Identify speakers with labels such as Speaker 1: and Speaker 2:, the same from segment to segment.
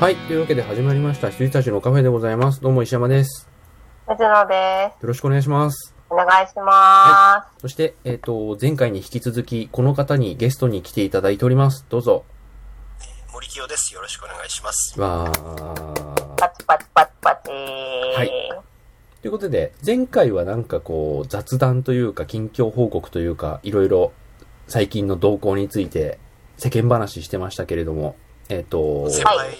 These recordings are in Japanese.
Speaker 1: はい。というわけで始まりました。羊たちのカフェでございます。どうも石山です。
Speaker 2: 水野です。
Speaker 1: よろしくお願いします。
Speaker 2: お願いしま
Speaker 1: そして、えっ、と、前回に引き続き、この方にゲストに来ていただいております。どうぞ。
Speaker 3: 森清です。よろしくお願いします。
Speaker 1: わ
Speaker 2: す。
Speaker 1: ー。
Speaker 2: パチパチパチパチ。
Speaker 1: はいということで、前回はなんかこう、雑談というか、近況報告というか、いろいろ最近の動向について世間話してましたけれども、えっ、と、
Speaker 3: 先輩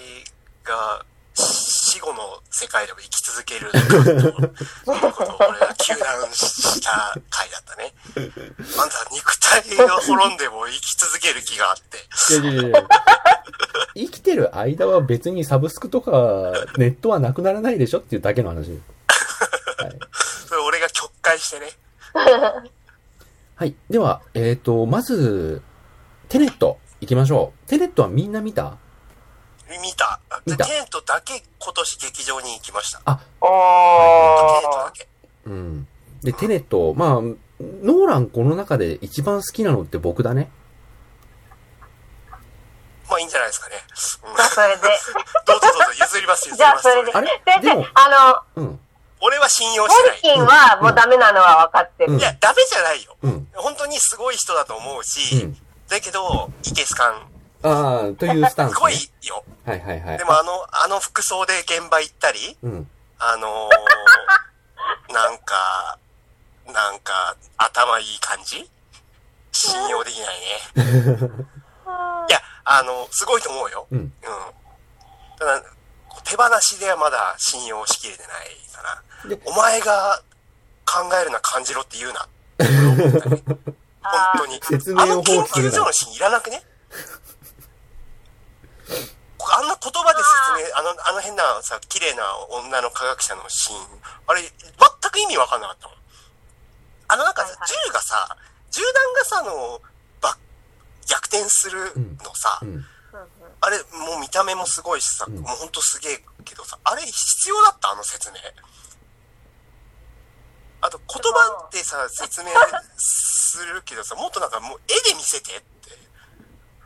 Speaker 3: が死後の世界でも生き続けるということを俺が糾弾した回だったね。あんた肉体が滅んでも生き続ける気があっ
Speaker 1: い
Speaker 3: て。
Speaker 1: やいやいやいや 生きてる間は別にサブスクとかネットはなくならないでしょっていうだけの話です。はい。
Speaker 3: それ俺が曲解してね。
Speaker 1: はい。では、えっ、と、まず、テネット行きましょう。テネットはみんな見た
Speaker 3: 見た。
Speaker 1: 見
Speaker 3: で、
Speaker 1: た
Speaker 3: テントだけ今年劇場に行きました。
Speaker 2: お
Speaker 3: テント
Speaker 2: ー
Speaker 3: だ。け。
Speaker 1: うん。で、テネット、まあ、ノーランこの中で一番好きなのって僕だね。
Speaker 3: まあいいんじゃないですかね。うん
Speaker 2: じゃあそれで。
Speaker 3: どうぞどうぞ譲ります譲 り
Speaker 2: じゃあ
Speaker 3: ま
Speaker 2: そ
Speaker 3: す。
Speaker 2: れで。
Speaker 1: あれ
Speaker 2: 先
Speaker 1: で
Speaker 2: 生
Speaker 1: も、
Speaker 2: あ
Speaker 1: うん。
Speaker 3: 俺俺は信用
Speaker 2: の、
Speaker 3: してない
Speaker 2: 本。金はもうダメなのは分かって
Speaker 1: うん
Speaker 2: る
Speaker 3: い。や、ダメじゃないよ。
Speaker 1: うん。
Speaker 3: 本当にすごい人だと思う
Speaker 1: う
Speaker 3: し、
Speaker 1: ん。
Speaker 3: だけど、イケスカン
Speaker 1: ああ、というスタンス、
Speaker 3: すごい
Speaker 1: ね。
Speaker 3: よ。
Speaker 1: はいはいはい
Speaker 3: で。もあの、あの服装で現場行ったり、
Speaker 1: うん。
Speaker 3: あの ーなんか、なんか、頭いい感じ信用できないね。いや、あの、すごいと思うよ。
Speaker 1: うん。
Speaker 3: うん。ただ、こう手放しではまだ信用しきれてないか
Speaker 1: で
Speaker 3: な。お前が考えるな、感じろって言うな。俺思ったね
Speaker 2: あー
Speaker 3: 本当に。
Speaker 1: 説明
Speaker 3: あ
Speaker 1: を放棄
Speaker 3: の
Speaker 1: するな
Speaker 3: 研究所のシーンいらなくねあんな言葉で説明、あの、あの変なさ、綺麗な女の科学者のシーン、あれ、全く意味わかんなかったもん。あのなんか
Speaker 2: はい
Speaker 3: さ
Speaker 2: はい、
Speaker 3: 銃がさ、銃弾がさ、あの、ば、逆転するのさ、
Speaker 1: うん。
Speaker 3: あれ、もう見た目もすごいしさ、
Speaker 1: うん
Speaker 3: もうほんとすげえけどさ、あれ必要だったあの説明。あと、言葉でさ、説明するけどさ、もっとなんかもう絵で見せてって。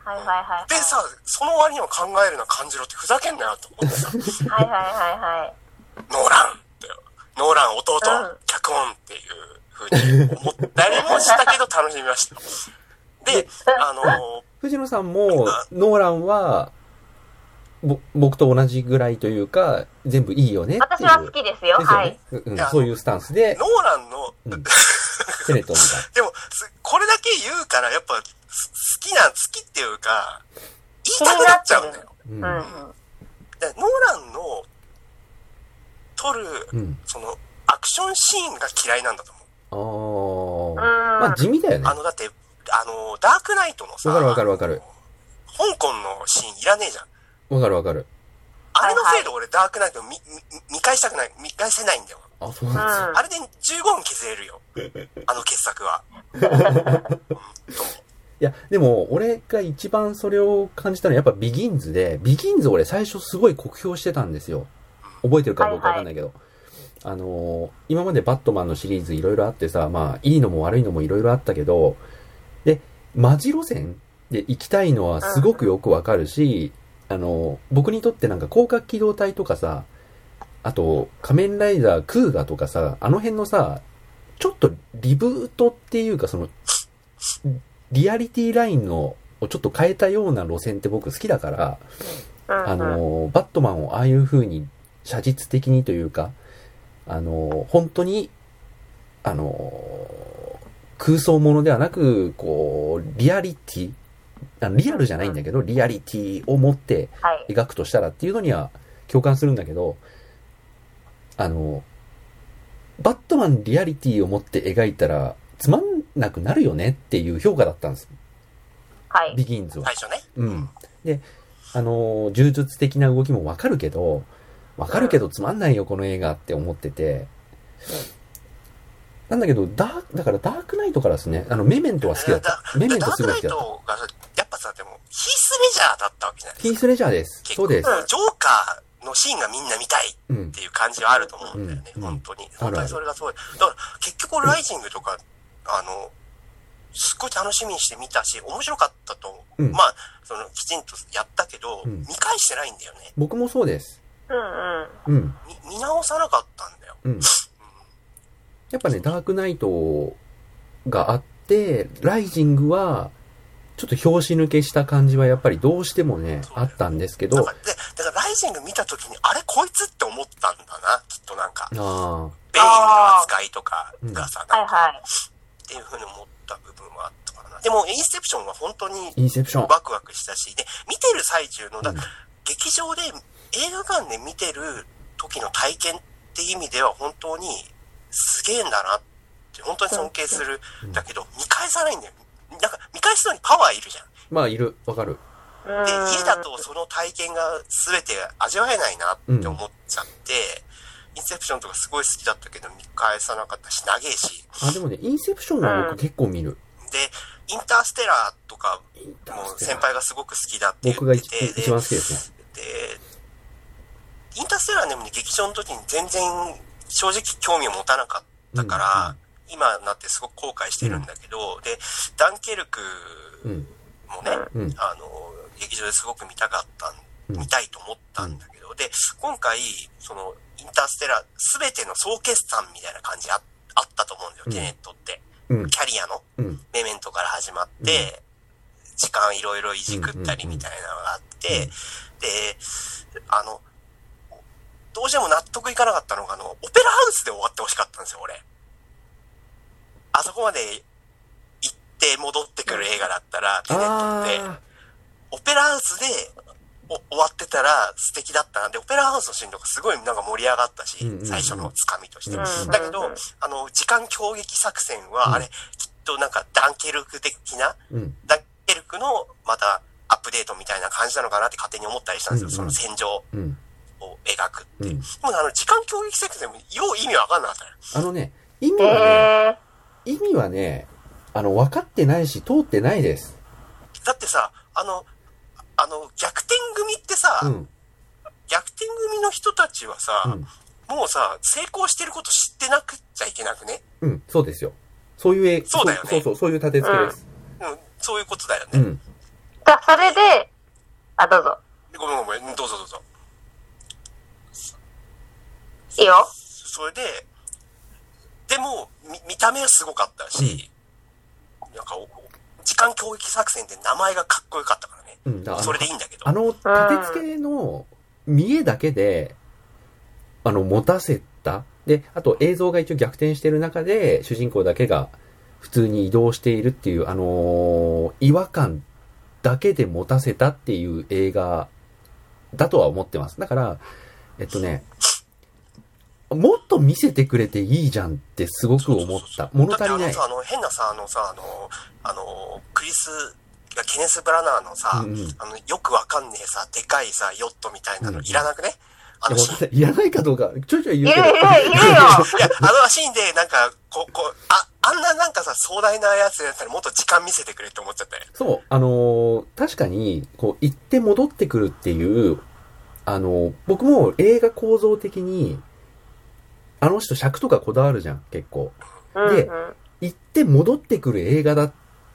Speaker 2: はいはいはいはい。
Speaker 3: でさ、その割には考えるな、感じろってふざけんなよと思って さ、ノ
Speaker 2: はいは
Speaker 3: ーランって、ノーラン弟
Speaker 2: うん、
Speaker 3: 脚本っていう風に思ったりもしたけど楽しみました。で、あのー
Speaker 1: 藤野さんも、ノーランは、ぼ、僕と同じぐらいというか、全部いいよね
Speaker 2: いはい。
Speaker 1: って
Speaker 2: 私
Speaker 1: いう。
Speaker 2: は好きですよ。
Speaker 1: ですよ
Speaker 2: は
Speaker 1: ね
Speaker 2: い。。
Speaker 1: うんうん
Speaker 3: いや
Speaker 1: そういうスタンスで
Speaker 3: ノ、ーランの
Speaker 1: うん、テネットを見た。
Speaker 3: でも、すこれだけ言うから、やっぱ、す好きな、好きっていうか、言いたくなっちゃうんだよ。
Speaker 1: う
Speaker 2: うんん。は
Speaker 3: だからノーランの、撮る、
Speaker 1: うん。
Speaker 3: その、アクションシーンが嫌いなんだと思う。
Speaker 1: あ
Speaker 2: う
Speaker 1: あ。
Speaker 2: ん
Speaker 1: まあ地味だよね。
Speaker 3: あの、だって、あの、ダークナイトのさ、
Speaker 1: わかるわかるわかる。
Speaker 3: 香港のシーンいらねえじゃん。
Speaker 1: わかるわかる。
Speaker 3: あれのせいで俺、ダークナイト見、見見返したくない、見返せないんだよ。
Speaker 1: あ、そうなんですよ。
Speaker 2: うん
Speaker 3: あれで15分削れ るよ。あの傑作は。
Speaker 1: いや、でも、俺が一番それを感じたのはやっぱビギンズで、ビギンズ俺最初すごい酷評してたんですよ。覚えてるかどうかわかんないけど。あのー今までバットマンのシリーズいろいろあってさ、まあ、いいのも悪いのもいろいろあったけど、で、マジ路線で行きたいのはすごくよくわかるし、あのー僕にとってなんか広角機動隊とかさ、あと、仮面ライダークーガとかさ、あの辺のさ、ちょっとリブートっていうかその、リアリティラインのをちょっと変えたような路線って僕好きだから、あ
Speaker 2: うんうん。
Speaker 1: の、バットマンをああいう風に写実的にというか、あの、本当に、あの、空想ものではなく、こう、リアリティ、あのリアルじゃないんだけど、リアリティを持って
Speaker 2: はい。
Speaker 1: 描くとしたらっていうのには共感するんだけど、あの、バットマンリアリティを持って描いたら、つまんなくなるよねっていう評価だったんです。
Speaker 2: はい。
Speaker 1: ビギンズは。
Speaker 3: 最初ね。
Speaker 1: うん。で、あのー柔術的な動きもわかるけど、わかるけどつまんないよ、この映画って思ってて。なんだけど、ダーク、だからダークナイトからですね、あの、メメントは好きだっ
Speaker 3: だ
Speaker 1: た。メメントすごい好きだ
Speaker 3: ダ
Speaker 1: っ
Speaker 3: ー
Speaker 1: た。
Speaker 3: クナイトがさ、やっぱさ、でも、ヒース・メジャーだったわけじゃない
Speaker 1: ヒースレジャーです。
Speaker 3: 結
Speaker 1: そ
Speaker 3: 構
Speaker 1: うです。
Speaker 3: ジョーカーのシーンがみんな見たいっ
Speaker 1: うん。
Speaker 3: ていう感じはあると思うんだよね、
Speaker 1: うん
Speaker 3: 本当に。
Speaker 1: あるある
Speaker 3: 本当にそれがすごい。だから、結局、ライジングとか、あの、すっごい楽しみにして見たし、面白かったと、
Speaker 1: うん
Speaker 3: まあ、その、きちんとやったけど、
Speaker 1: うん
Speaker 3: 見返してないんだよね。
Speaker 1: 僕もそうです。
Speaker 2: うんうん。
Speaker 1: うん。
Speaker 3: み見直さなかったんだよ。
Speaker 1: うん。
Speaker 3: う
Speaker 1: やっぱね、ダークナイトがあって、ライジングは、ちょっと拍子抜けした感じはやっぱりどうしてもね、あったんですけ
Speaker 3: ん。だ
Speaker 1: ど
Speaker 3: か、ら、で、だから、ライジング見た時に、あれ、こいつって思ったんだな、きっとなん
Speaker 1: あ
Speaker 3: か。ベインの扱いとかがさ、
Speaker 2: はい
Speaker 3: なんか
Speaker 2: はい。
Speaker 3: っていうふうに思った部分はあったかな。でも、インセプションは本当に
Speaker 1: ー、インセプション。
Speaker 3: ワクワクしたし、で、見てる最中の、だ
Speaker 1: うん
Speaker 3: 劇場で映画館で見てる時の体験って意味では本当にすげえんだなって、本当に尊敬する
Speaker 1: うん。
Speaker 3: だけど、見返さないんだよ。なんか、見返すのにパワーいるじゃん。
Speaker 1: まあ、いる。わかる。
Speaker 2: うん。
Speaker 3: で、家だとその体験が全て味わえないなって思っちゃって、インセプションとかすごい好きだったけど見返さなかったし、長えし。
Speaker 1: あ、でもね、インセプションは僕結構見る。
Speaker 3: で、インターステラーとか
Speaker 1: インター
Speaker 3: も
Speaker 1: ステ
Speaker 3: 先
Speaker 1: ラー
Speaker 3: 輩がすごく好きだって言
Speaker 1: 僕が
Speaker 3: っ
Speaker 1: 一
Speaker 3: てて、
Speaker 1: 一番好きですね。
Speaker 3: で、インターステラーでもね、劇場の時に全然正直興味を持たなかったから、今になってすごく後悔してるんだけど、で、ダンケルク
Speaker 1: うん、うん、
Speaker 3: もね、
Speaker 1: うん、うん、
Speaker 3: あの、劇場ですごく見たかったん、
Speaker 1: うん
Speaker 3: 見たいと思ったんだけど、で、今回、その、インターステラー、すべての総決算みたいな感じああったと思うんだよ、
Speaker 1: うん
Speaker 3: テネットって。
Speaker 1: うん
Speaker 3: キャリアの
Speaker 1: うん、
Speaker 3: メメントから始まっ
Speaker 1: う
Speaker 3: て、時間いろいろいじくったりみたいなのがあって、
Speaker 1: うんうんうん
Speaker 3: で、あの、どうしても納得いかなかったのが、あの、オペラハウスで終わってほしかったんですよ、俺。あそこまで行って戻ってくる映画だったら、テネットって、
Speaker 1: あ
Speaker 3: オペラハウスでお終わってたら素敵だったな。で、オペラハウスのシーンとかすごいなんか盛り上がったし、
Speaker 1: うんうんうん
Speaker 3: 最初のつかみとして。
Speaker 1: うんうん
Speaker 3: だけど、あの、時間強撃作戦は、あれ、
Speaker 1: う
Speaker 3: きっとなんかダンケルク的な、
Speaker 1: ー、うん、
Speaker 3: ダンケルクのまたアップデートみたいな感じなのかなって勝手に思ったりしたんですよ。
Speaker 1: うんうん
Speaker 3: その戦場
Speaker 1: うん、
Speaker 3: を描く。
Speaker 1: うん。
Speaker 3: でもあの、時間強撃作戦もよう意味わかんなかったよ
Speaker 1: あのね、意味
Speaker 2: え
Speaker 1: はね、
Speaker 2: え
Speaker 1: 意味はね、あの、分かってないし、通ってないです。
Speaker 3: だってさ、あの、あの、逆転組ってさ、
Speaker 1: うん、
Speaker 3: 逆転組の人たちはさ、
Speaker 1: うん、
Speaker 3: もうさ、成功してること知ってなくちゃいけなくね。
Speaker 1: うん、そうですよ。そういう絵、
Speaker 3: そうだよね
Speaker 1: そうそう、そういう立て付けです。
Speaker 3: うん、そういうことだよ
Speaker 1: う
Speaker 3: ね。
Speaker 1: ん。
Speaker 2: じゃあ、それで、あ、どうぞ。
Speaker 3: ごめんごめん、どうぞどうぞ。
Speaker 2: いいよ。
Speaker 3: それで、でも、み見た目はすごかったし、なんかお、時間攻撃作戦って名前がかっこよかったからね。
Speaker 1: うん、だから
Speaker 3: それでいいんだけど。
Speaker 1: あの、立て付けの見えだけで、あの、持たせた。で、あと映像が一応逆転してる中で、主人公だけが普通に移動しているっていう、あのー違和感だけで持たせたっていう映画だとは思ってます。だから、えっとね、もっと見せてくれていいじゃんってすごく思っ
Speaker 3: そうそう
Speaker 1: た
Speaker 3: そ。う
Speaker 1: 物足りな
Speaker 3: だっ
Speaker 1: い
Speaker 3: て。あのさ、あの、変なさ、あのさ、あの、あの、クリス、ケネス・ブラナーのさ、
Speaker 1: うんうん
Speaker 3: あの、よくわかんねえさ、でかいさ、ヨットみたいなの
Speaker 1: うん
Speaker 3: いらなくね、あのシーン
Speaker 1: いらないかどうか、ちょいちょい
Speaker 2: い
Speaker 1: 言
Speaker 2: る
Speaker 1: うけど。
Speaker 2: いるいるよ。
Speaker 3: いや、あのシーン で、なんか、こう、こう、あ、あんななんかさ、壮大なやつやったらもっと時間見せてくれって思っちゃったよね。
Speaker 1: そう、あのー確かに、こう、行って戻ってくるっていう、あのー僕も映画構造的に、あの人尺とかこだわるじゃん、結構。
Speaker 2: う ん
Speaker 1: で
Speaker 2: うん。
Speaker 1: 行って戻ってくる映画だっ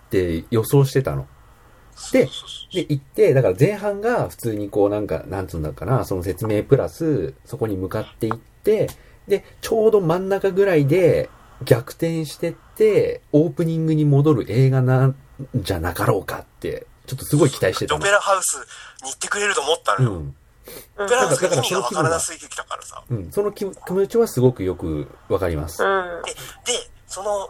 Speaker 1: て予想してたの。でで、行って、だから前半が普通にこうなんか、なんつうんだかな、その説明プラス、そこに向かって行って、で、ちょうど真ん中ぐらいで逆転してって、オープニングに戻る映画なんじゃなかろうかって、ちょっとすごい期待してた
Speaker 3: オ
Speaker 1: の
Speaker 3: ペ。ラハウスに行ってくれると思ったの
Speaker 1: う
Speaker 3: よ。オ
Speaker 1: ん。
Speaker 2: うん
Speaker 3: ペラハウ
Speaker 1: だ
Speaker 3: ス
Speaker 1: から
Speaker 3: の意味がわからなすぎてきたからさ。
Speaker 1: うん、その気気持ちはすごくよくわかります。
Speaker 2: うん。
Speaker 3: で、その、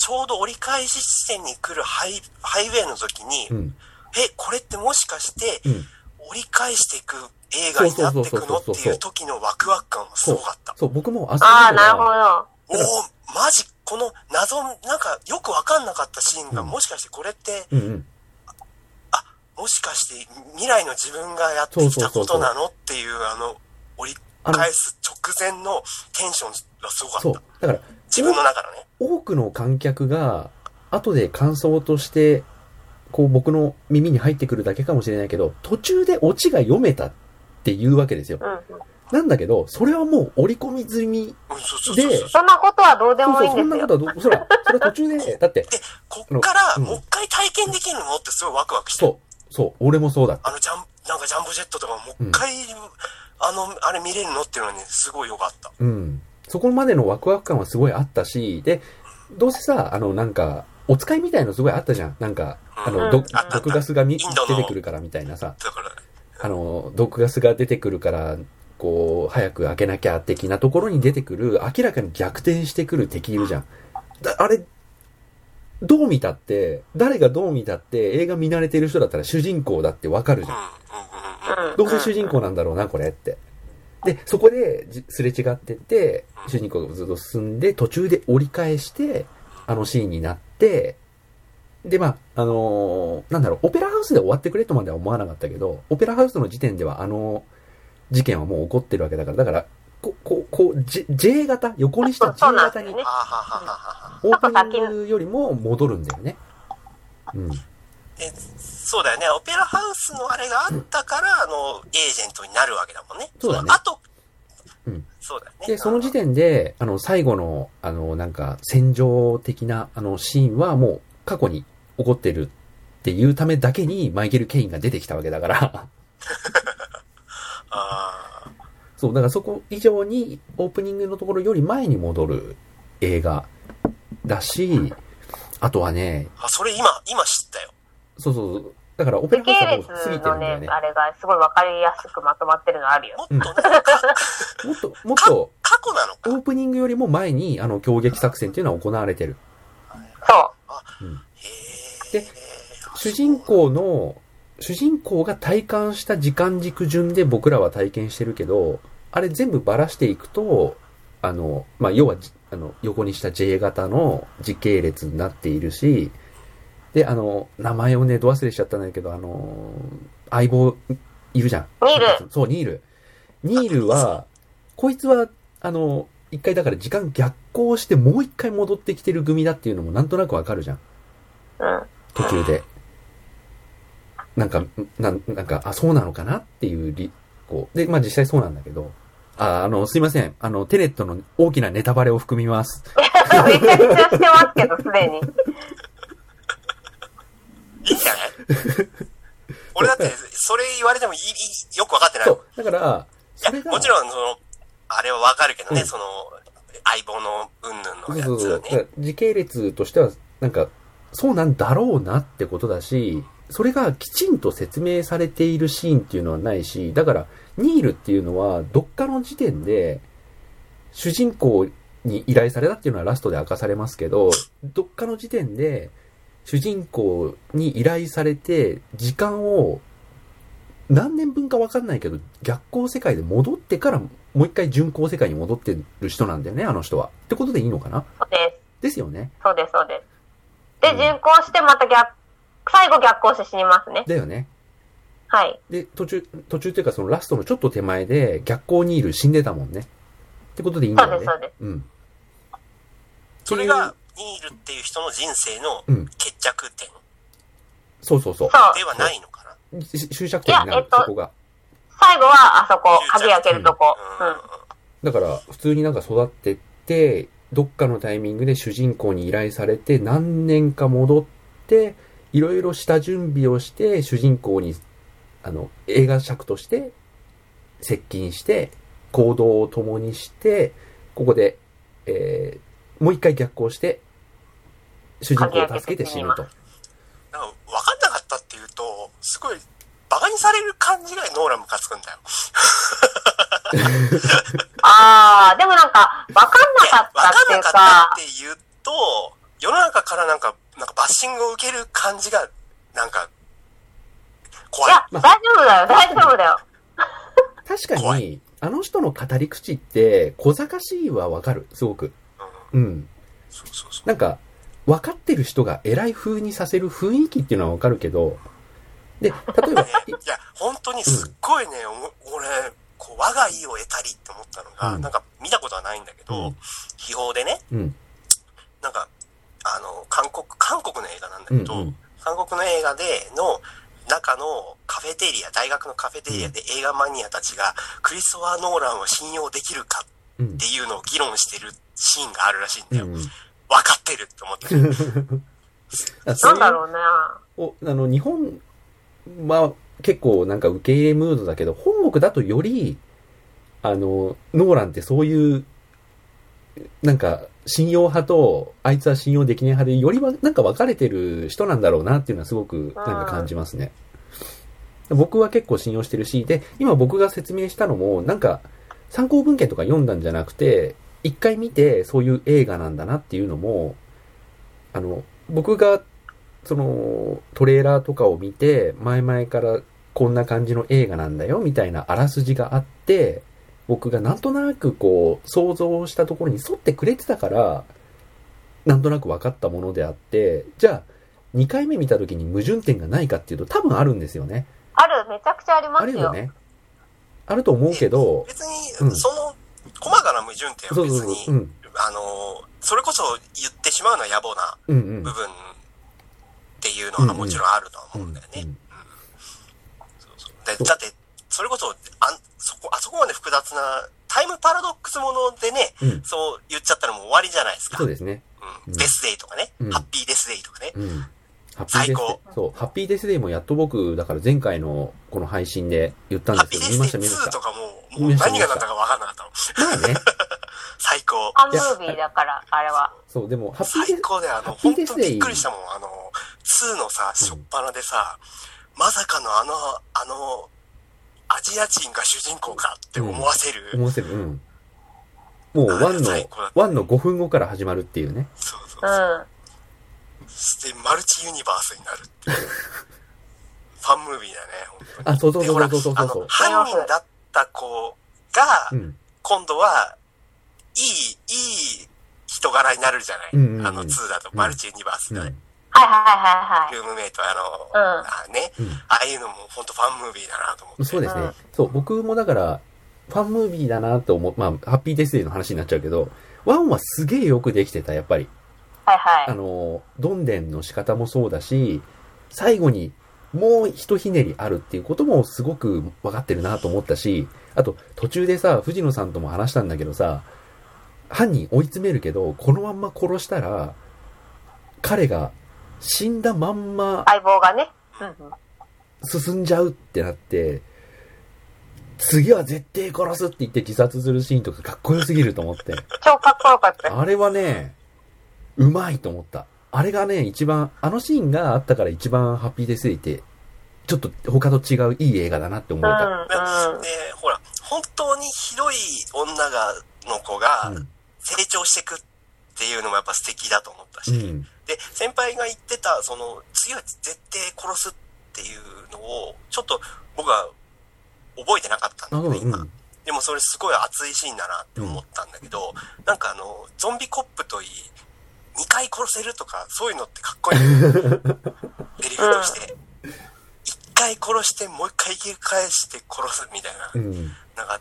Speaker 3: ちょうど折り返し地点に来るハイ、ハイウェイの時に、
Speaker 1: うん、
Speaker 3: え、これってもしかして、
Speaker 1: うん。
Speaker 3: 折り返していく映画になっていくのっていう時のワクワク感はすごかった。
Speaker 1: そう、僕もあそこ
Speaker 2: ああ、
Speaker 1: まで
Speaker 2: なるほ
Speaker 1: は
Speaker 2: ど。
Speaker 3: おおマジ、この謎、なんかよくわかんなかったシーンが、
Speaker 1: うん
Speaker 3: もしかしてこれって、
Speaker 1: うんうん。
Speaker 3: もしかして未来の自分がやってきたことなのっていう、あの、折り
Speaker 1: あの
Speaker 3: 返、す直前のテンションがすごか
Speaker 1: そ
Speaker 3: っ
Speaker 1: う
Speaker 3: た。。
Speaker 1: だから、
Speaker 3: 自分の中のね。
Speaker 1: 多くの観客が、後で感想として、こう僕の耳に入ってくるだけかもしれないけど、途中でオチが読めたっていうわけですよ。
Speaker 2: うん。
Speaker 1: なんだけど、それはもう織り込み済み。
Speaker 3: うん、そうそうそうそう。
Speaker 2: そんなことはどうで
Speaker 1: そう
Speaker 2: も
Speaker 1: そ、
Speaker 2: いうい
Speaker 1: そん
Speaker 2: ん
Speaker 1: な
Speaker 2: です
Speaker 1: こ
Speaker 2: よ。
Speaker 1: とはどう、そら、それは途中で、だって、
Speaker 3: で、こっから、
Speaker 1: うん
Speaker 3: もう一回体験できるのってすごいワクワクして。
Speaker 1: そう、そう、俺もそうだ。
Speaker 3: あの、ジャン、なんかジャンボジェットとかもう一回、あの、あれ見れるのっていうのにすごい良かった。
Speaker 1: うん。そこまでのワクワク感はすごいあったし、で、どうせさ、あの、なんか、お使いみたいのすごいあったじゃん。なんか、あの、
Speaker 2: う
Speaker 1: ど
Speaker 2: ん
Speaker 3: あった
Speaker 1: 毒ガスがみ
Speaker 3: インド
Speaker 1: 出
Speaker 3: の
Speaker 1: てくるからみたいなさ、
Speaker 3: だから、
Speaker 1: あの、毒ガスが出てくるから、こう、早く開けなきゃ的なところに出てくる、明らかに逆転してくる敵いるじゃん。だあれ、どう見たって、誰がどう見たって、映画見慣れてる人だったら主人公だってわかるじ
Speaker 3: う
Speaker 1: ゃん
Speaker 3: ん、うん、うん、うん。
Speaker 2: うん
Speaker 1: どうせ主人公なんだろうな、これって。で、そこでじすれ違ってって、主人公がずっと進んで、途中で折り返して、あのシーンになって、で、まあ、あのーなんだろう、オペラハウスで終わってくれとまでは思わなかったけど、オペラハウスの時点ではあの事件はもう起こってるわけだから、だから、ここう、こう、J, J 型、横にした J
Speaker 2: そうなん
Speaker 1: 型
Speaker 2: で
Speaker 1: に
Speaker 2: すよね
Speaker 3: あ。ははははは。
Speaker 1: オープニングよりも戻るんだよね。うん。
Speaker 3: え、そうだよね。オペラハウスのあれがあったから、あの、エージェントになるわけだもんね。
Speaker 1: そうだね
Speaker 3: あと、
Speaker 1: うん
Speaker 3: そうだよね。
Speaker 1: で、その時点で、あの、最後の、あの、なんか、戦場的な、あの、シーンはもう、過去に起こってるっていうためだけに、マイケル・ケインが出てきたわけだから、
Speaker 3: ああ、
Speaker 1: そう、だからそこ以上に、オープニングのところより前に戻る映画だし、あとはね、
Speaker 3: あ、それ今、今知ったよ。
Speaker 1: そうそうそう、だからオペ
Speaker 2: 時
Speaker 1: ラハ
Speaker 2: 系
Speaker 1: ウ
Speaker 2: 列
Speaker 1: スはもう過ぎてる
Speaker 2: の
Speaker 1: んだよ
Speaker 2: ね
Speaker 1: ね、。
Speaker 2: あれがすごいわかりやすくまとまってるのあるよ
Speaker 3: も。っとね、か
Speaker 1: もっと、もっと、
Speaker 3: 過去なのか。
Speaker 1: オープニングよりも前に、あの、攻撃作戦っていうのは行われてる。
Speaker 2: そ
Speaker 3: へ
Speaker 1: で
Speaker 3: え。
Speaker 1: 主人公の、主人公が体感した時間軸順で僕らは体験してるけど、あれ全部ばらしていくと、あの、まあ、要はじ、あの、横にした J 型の時系列になっているし、で、あの、名前をね、ど忘れしちゃったんだけど、あの、相棒、いるじゃん。
Speaker 2: ニー
Speaker 1: そう、ニール。ニールは、こいつは、あの、一回だから時間逆行してもう一回戻ってきてる組だっていうのもなんとなくわかるじゃん。
Speaker 2: う。うん。
Speaker 1: 途中で。なんか、なんなんか、あ、そうなのかなっていうり、こう。で、まあ実際そうなんだけど。あ、あの、すいません。あの、テネットの大きなネタバレを含みます。
Speaker 2: めちゃくちゃしてますけど、すでに。
Speaker 3: いいんじゃない俺だって、それ言われてもいいいいよくわかってないもん
Speaker 1: そう。だから、それ
Speaker 3: いや、
Speaker 1: が、
Speaker 3: もちろん、その、あれはわかるけどね、
Speaker 1: うん
Speaker 3: その、相棒の云々
Speaker 1: そ
Speaker 3: の
Speaker 1: う
Speaker 3: や
Speaker 1: そう
Speaker 3: つ
Speaker 1: そ
Speaker 3: は
Speaker 1: う。だか
Speaker 3: ね。
Speaker 1: ら時系列としては、なんか、そうなんだろうなってことだし、それがきちんと説明されているシーンっていうのはないし、だから、ニールっていうのは、どっかの時点で、主人公に依頼されたっていうのはラストで明かされますけど、どっかの時点で、主人公に依頼されて、時間を、何年分かわかんないけど、逆行世界で戻ってから、もう一回巡行世界に戻ってる人なんだよね、あの人は。ってことでいいのかな
Speaker 2: そうです。
Speaker 1: ですよね。
Speaker 2: そうです、そうです。で、巡行してまた逆、最後逆行して死にますね。
Speaker 1: だよね。
Speaker 2: はい。
Speaker 1: で、途中、途中というかそのラストのちょっと手前で逆光にいる死んでたもんね。ってことでいいんだ
Speaker 2: そう
Speaker 1: よ
Speaker 2: で
Speaker 1: ね
Speaker 2: す、。そうです。
Speaker 1: うん。
Speaker 3: それが、ニールっていう人の人生の
Speaker 1: うん
Speaker 3: 決着点
Speaker 1: そうそうそう。
Speaker 2: そう
Speaker 3: で。はないのかな。
Speaker 1: し終着点に
Speaker 2: いや
Speaker 1: な
Speaker 2: え
Speaker 1: る
Speaker 2: っ、と
Speaker 1: そこが。
Speaker 2: 最後は、あそこ、鍵開けるとこ。うん。
Speaker 1: だから、普通になんか育ってって、どっかのタイミングで主人公に依頼されて、何年か戻って、いろいろ下準備をして、主人公に、あの、映画尺として、接近して、行動を共にして、ここで、えー、もう一回逆行して、主人公を助けて死ぬと。
Speaker 3: なんか、分かんなかったっていうと、すごい、バカにされる感じがノーラムカつくんだよ。
Speaker 2: あー、でもなんか、わかん
Speaker 3: で、
Speaker 2: なか
Speaker 3: 分
Speaker 2: ったっていう
Speaker 3: かんなか
Speaker 2: か
Speaker 3: っ、たっていうと、世の中からなんか、なんかバッシングを受ける感じが、なんか、
Speaker 2: い
Speaker 3: 怖い。
Speaker 2: や、大丈夫だよ、大丈夫だよ。
Speaker 1: 確か
Speaker 3: 怖
Speaker 1: に、あの人の語り口って、小賢しいはわかる、すごく。
Speaker 3: うん、
Speaker 1: うん。
Speaker 3: そうそうそう。
Speaker 1: なんか、分かってる人が偉い風にさせる雰囲気っていうのは分かるけど、で、例えば
Speaker 3: ね、いや、本当にすっごいね、おも俺、こう、我が意を得たりって思ったのが、
Speaker 1: うん
Speaker 3: なんか見 たことはないんだけど、
Speaker 1: うん
Speaker 3: 秘宝でね、
Speaker 1: うん、
Speaker 3: なんか、あの、韓国、韓国の映画なんだ
Speaker 1: う
Speaker 3: け
Speaker 1: ん、
Speaker 3: ど、
Speaker 1: うん、
Speaker 3: 韓国の映画での、中のカフェテリア、大学のカフェテリアで映画マニアたちが、クリストファー・ノーランを信用できるか
Speaker 1: うん
Speaker 3: って。いうのを議論してるシーンがあるらしいんだよ。
Speaker 1: うん。
Speaker 3: 分かってるって思って。
Speaker 1: そ
Speaker 2: なん
Speaker 1: れ
Speaker 2: だろうね。
Speaker 1: を、あの、日本は結構なんか受け入れムードだけど、本国だとより、あの、ノーランってそういう、なんか、信用派と、あいつは信用できない派で、よりは、なんか分かれてる人なんだろうなっていうのはすごく、なんか感じますね。僕は結構信用してるし、で、今僕が説明したのも、なんか、参考文献とか読んだんじゃなくて、一回見て、そういう映画なんだなっていうのも、あの、僕が、その、トレーラーとかを見て、前々からこんな感じの映画なんだよ、みたいなあらすじがあって、僕がなんとなくこう、想像したところに沿ってくれてたから、なんとなく分かったものであって、じゃあ、2回目見た時に矛盾点がないかっていうと、多分あるんですよね。
Speaker 2: ある、めちゃくちゃありま
Speaker 1: あ
Speaker 2: す
Speaker 1: る
Speaker 2: よ。
Speaker 1: よね。あると思うけど、
Speaker 3: 別
Speaker 1: う、
Speaker 3: に
Speaker 1: ん
Speaker 3: その、細かな矛盾点
Speaker 1: そ
Speaker 3: は
Speaker 1: う
Speaker 3: 別
Speaker 1: そう
Speaker 3: に
Speaker 1: そう。う、ん。
Speaker 3: あの、それこそ言ってしまうのは野暮な
Speaker 1: うんうん
Speaker 3: 部。分っていうのはもちろんあるとは思うんだよね。そうそうでだって、それこそ、あんそこ、あそこまで複雑な、タイムパラドックスものでね、
Speaker 1: うん。うん。
Speaker 3: そう言っちゃったらもう終わりじゃないですか。
Speaker 1: そうですね。
Speaker 3: うん、デスデイとかね、
Speaker 1: うん
Speaker 3: ハッピーデスデイとかね。
Speaker 1: うん。ハッピーデス
Speaker 3: 最高
Speaker 1: デイ。そう、ハッピーデスデイもやっと僕、だから前回のこの配信で言ったん
Speaker 3: ハ
Speaker 1: で
Speaker 3: ッ
Speaker 1: すけど、見
Speaker 3: ピーデ
Speaker 1: まし
Speaker 3: ス
Speaker 1: た
Speaker 3: デ
Speaker 1: 見
Speaker 3: イ
Speaker 1: まし
Speaker 3: 2と
Speaker 1: た。
Speaker 3: かもう、
Speaker 1: 見
Speaker 3: もう
Speaker 1: ました
Speaker 3: 何が何だか分かんなかったの。
Speaker 1: まあね、
Speaker 3: 最高。
Speaker 2: アンムービーだから、あれは。
Speaker 1: そう、でも、ハッピーデ
Speaker 3: 最
Speaker 1: ス、
Speaker 3: 高だよ。あ
Speaker 1: ハ
Speaker 3: の、
Speaker 1: ッピー
Speaker 3: 本
Speaker 1: デ
Speaker 3: 当
Speaker 1: スデイ
Speaker 3: びっくりしたもん。あの、2のさ、しょっぱなでさ、まさかのあの、あの、アジア人が主人公かって思わせる。
Speaker 1: 思わせる。うん。もう、ワンの
Speaker 3: 最高だっ、た
Speaker 1: ワンの5分後から始まるっていうね。
Speaker 3: そうそう
Speaker 2: う
Speaker 3: そう。
Speaker 2: ん。
Speaker 3: して、マルチユニバースになる っていう。ファンムービーだね、本当に。
Speaker 1: あ、そうそう
Speaker 3: で、ほ
Speaker 1: そ
Speaker 3: ら、
Speaker 1: うそうそうそ
Speaker 3: あ
Speaker 1: うそ
Speaker 3: の
Speaker 1: う、。
Speaker 3: 犯人だった子が
Speaker 1: う、ん。
Speaker 3: 今度は、いい、いい人柄になるじゃない。
Speaker 1: うんうんうん
Speaker 3: あの2だと、マルチユニバー
Speaker 1: う
Speaker 3: スで、
Speaker 1: ん。
Speaker 2: はいはいはいはいはい。
Speaker 3: ルームメイト、あの、
Speaker 2: うん
Speaker 3: あね、
Speaker 1: うん
Speaker 3: ああいうのも本当ファンムービーだなと思って。
Speaker 1: そうですね。
Speaker 2: うん
Speaker 1: そう、僕もだから、ファンムービーだなと思う。まあ、ハッピーデスデイの話になっちゃうけど、ワンはすげえよくできてた、やっぱり。
Speaker 2: はいは
Speaker 1: あ
Speaker 2: い。
Speaker 1: の、どんでんの仕方もそうだし、最後にもうひとひねりあるっていうこともすごく分かってるなと思ったし、あと途中でさ、藤野さんとも話したんだけどさ、犯人追い詰めるけど、このまんま殺したら、彼が死んだまんま
Speaker 2: 相棒がね。うんうん。
Speaker 1: 進んじゃうってなって、次は絶対殺すって言って自殺するシーンとかかっこよすぎると思って。
Speaker 2: 超かっこよかった よ。
Speaker 1: あれはね、うまいと思った。あれがね、一番、あのシーンがあったから一番ハッピーデスデイって、ちょっと他と違ういい映画だなって思
Speaker 2: う
Speaker 1: え
Speaker 2: ん
Speaker 1: た。
Speaker 2: うん。
Speaker 3: で、ほら、本当にひどい女が、の子が
Speaker 1: うん。
Speaker 3: 成長してくっていうのもやっぱ素敵だと思ったし、
Speaker 1: うん。
Speaker 3: で、先輩が言ってた、その、次は絶対殺すっていうのを、ちょっと僕は覚えてなかったん
Speaker 1: あ、
Speaker 3: だ
Speaker 1: う
Speaker 3: け
Speaker 1: ん
Speaker 3: ど、
Speaker 1: う
Speaker 3: 今。
Speaker 1: ん。
Speaker 3: でもそれすごい熱いシーンだなって思ったんだけど、なんかあの、ゾンビコップといい、2回殺せるとか、そういうのってかっこ いい。デリフとして。1回殺して、もう1回生き返して殺すみたいな
Speaker 1: う。ん。
Speaker 3: なんか、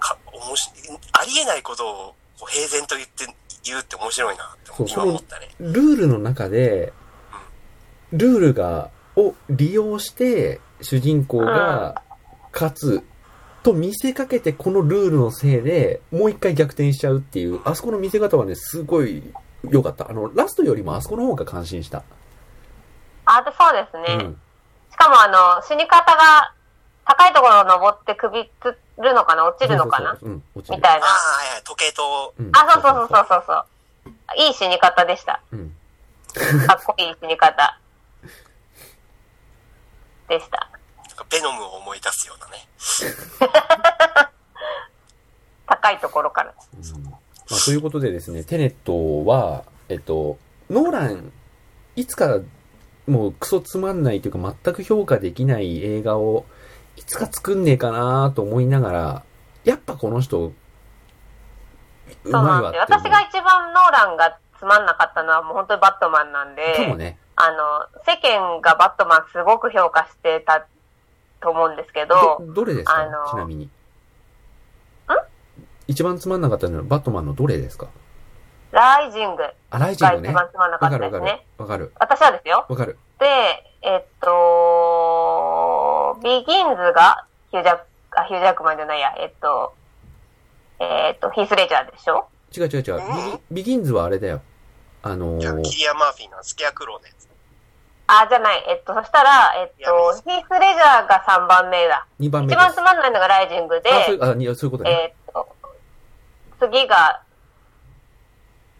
Speaker 3: か、面白い、ありえないことをこう平然と言って、言うって面白いなって
Speaker 1: そう
Speaker 3: 今思ったね。
Speaker 1: ルールの中で、ルールが、を利用して、主人公が勝つと見せかけて、このルールのせいで、もう一回逆転しちゃうっていう、あそこの見せ方はね、すごい良かった。あの、ラストよりもあそこの方が感心した。
Speaker 2: あとそうです
Speaker 1: う
Speaker 2: ね。
Speaker 1: ん。
Speaker 2: しかもあの、死に方が高いところを登って首つるのかな落ちるのかな
Speaker 1: そうそうそううん、落ちる
Speaker 2: み。たい
Speaker 3: ああ、
Speaker 2: な。
Speaker 3: はいはい、時計と、
Speaker 1: うん
Speaker 2: あ、そうそうそうそうそうそう。いい死に方でした。
Speaker 1: そう。うん。
Speaker 2: かっこいい死に方。でした。
Speaker 3: なんかベノムを思い出すようなね。
Speaker 2: 高いところから。
Speaker 1: まあ、ということでですね、テネットは、えっと、ノーラン、いつか、もうクソつまんないというか全く評価できない映画を、いつか作んねえかなと思いながら、やっぱこの人、う
Speaker 2: そう
Speaker 1: ま
Speaker 2: な
Speaker 1: わ
Speaker 2: いん
Speaker 1: っ
Speaker 2: で、
Speaker 1: て
Speaker 2: 私が一番ノーランがつまんなかったのはもう本当にバットマンなんで、
Speaker 1: かもね。
Speaker 2: あの、世間がバットマンすごく評価してたと思うんですけど、
Speaker 1: ど、どれですか
Speaker 2: あの
Speaker 1: ちなみに。一番つまんなかったのはバットマンのどれですか
Speaker 2: ライジング
Speaker 1: あ、ライジン
Speaker 2: が
Speaker 1: グ
Speaker 2: 一
Speaker 1: ね。
Speaker 2: 番つまんなか
Speaker 1: わ
Speaker 2: った
Speaker 1: かる
Speaker 2: で
Speaker 1: わか
Speaker 2: す
Speaker 1: る
Speaker 2: ね。。
Speaker 1: わかる。
Speaker 2: 私はですよ。
Speaker 1: わかる。
Speaker 2: で、えっと、ビギンズがヒュージャック、あ、ヒュージャックマンじゃないや、えっと、えっと、ヒースレジャーでしょ
Speaker 1: 違う違う違う。ビギビギンズはあれだよ。あの
Speaker 3: じゃあ
Speaker 1: ー、
Speaker 3: キリアン・マーフィーのスケアクローのやつ。
Speaker 2: あ、じゃない。えっと、そしたら、えっ
Speaker 3: いやミ
Speaker 2: と、ヒースレジャーが3番目だ。
Speaker 1: 2番目
Speaker 2: 一
Speaker 1: です。
Speaker 2: 番つまんないのがライジングで、
Speaker 1: あ、そういう、あ、にそういうことね。
Speaker 2: えっと、次が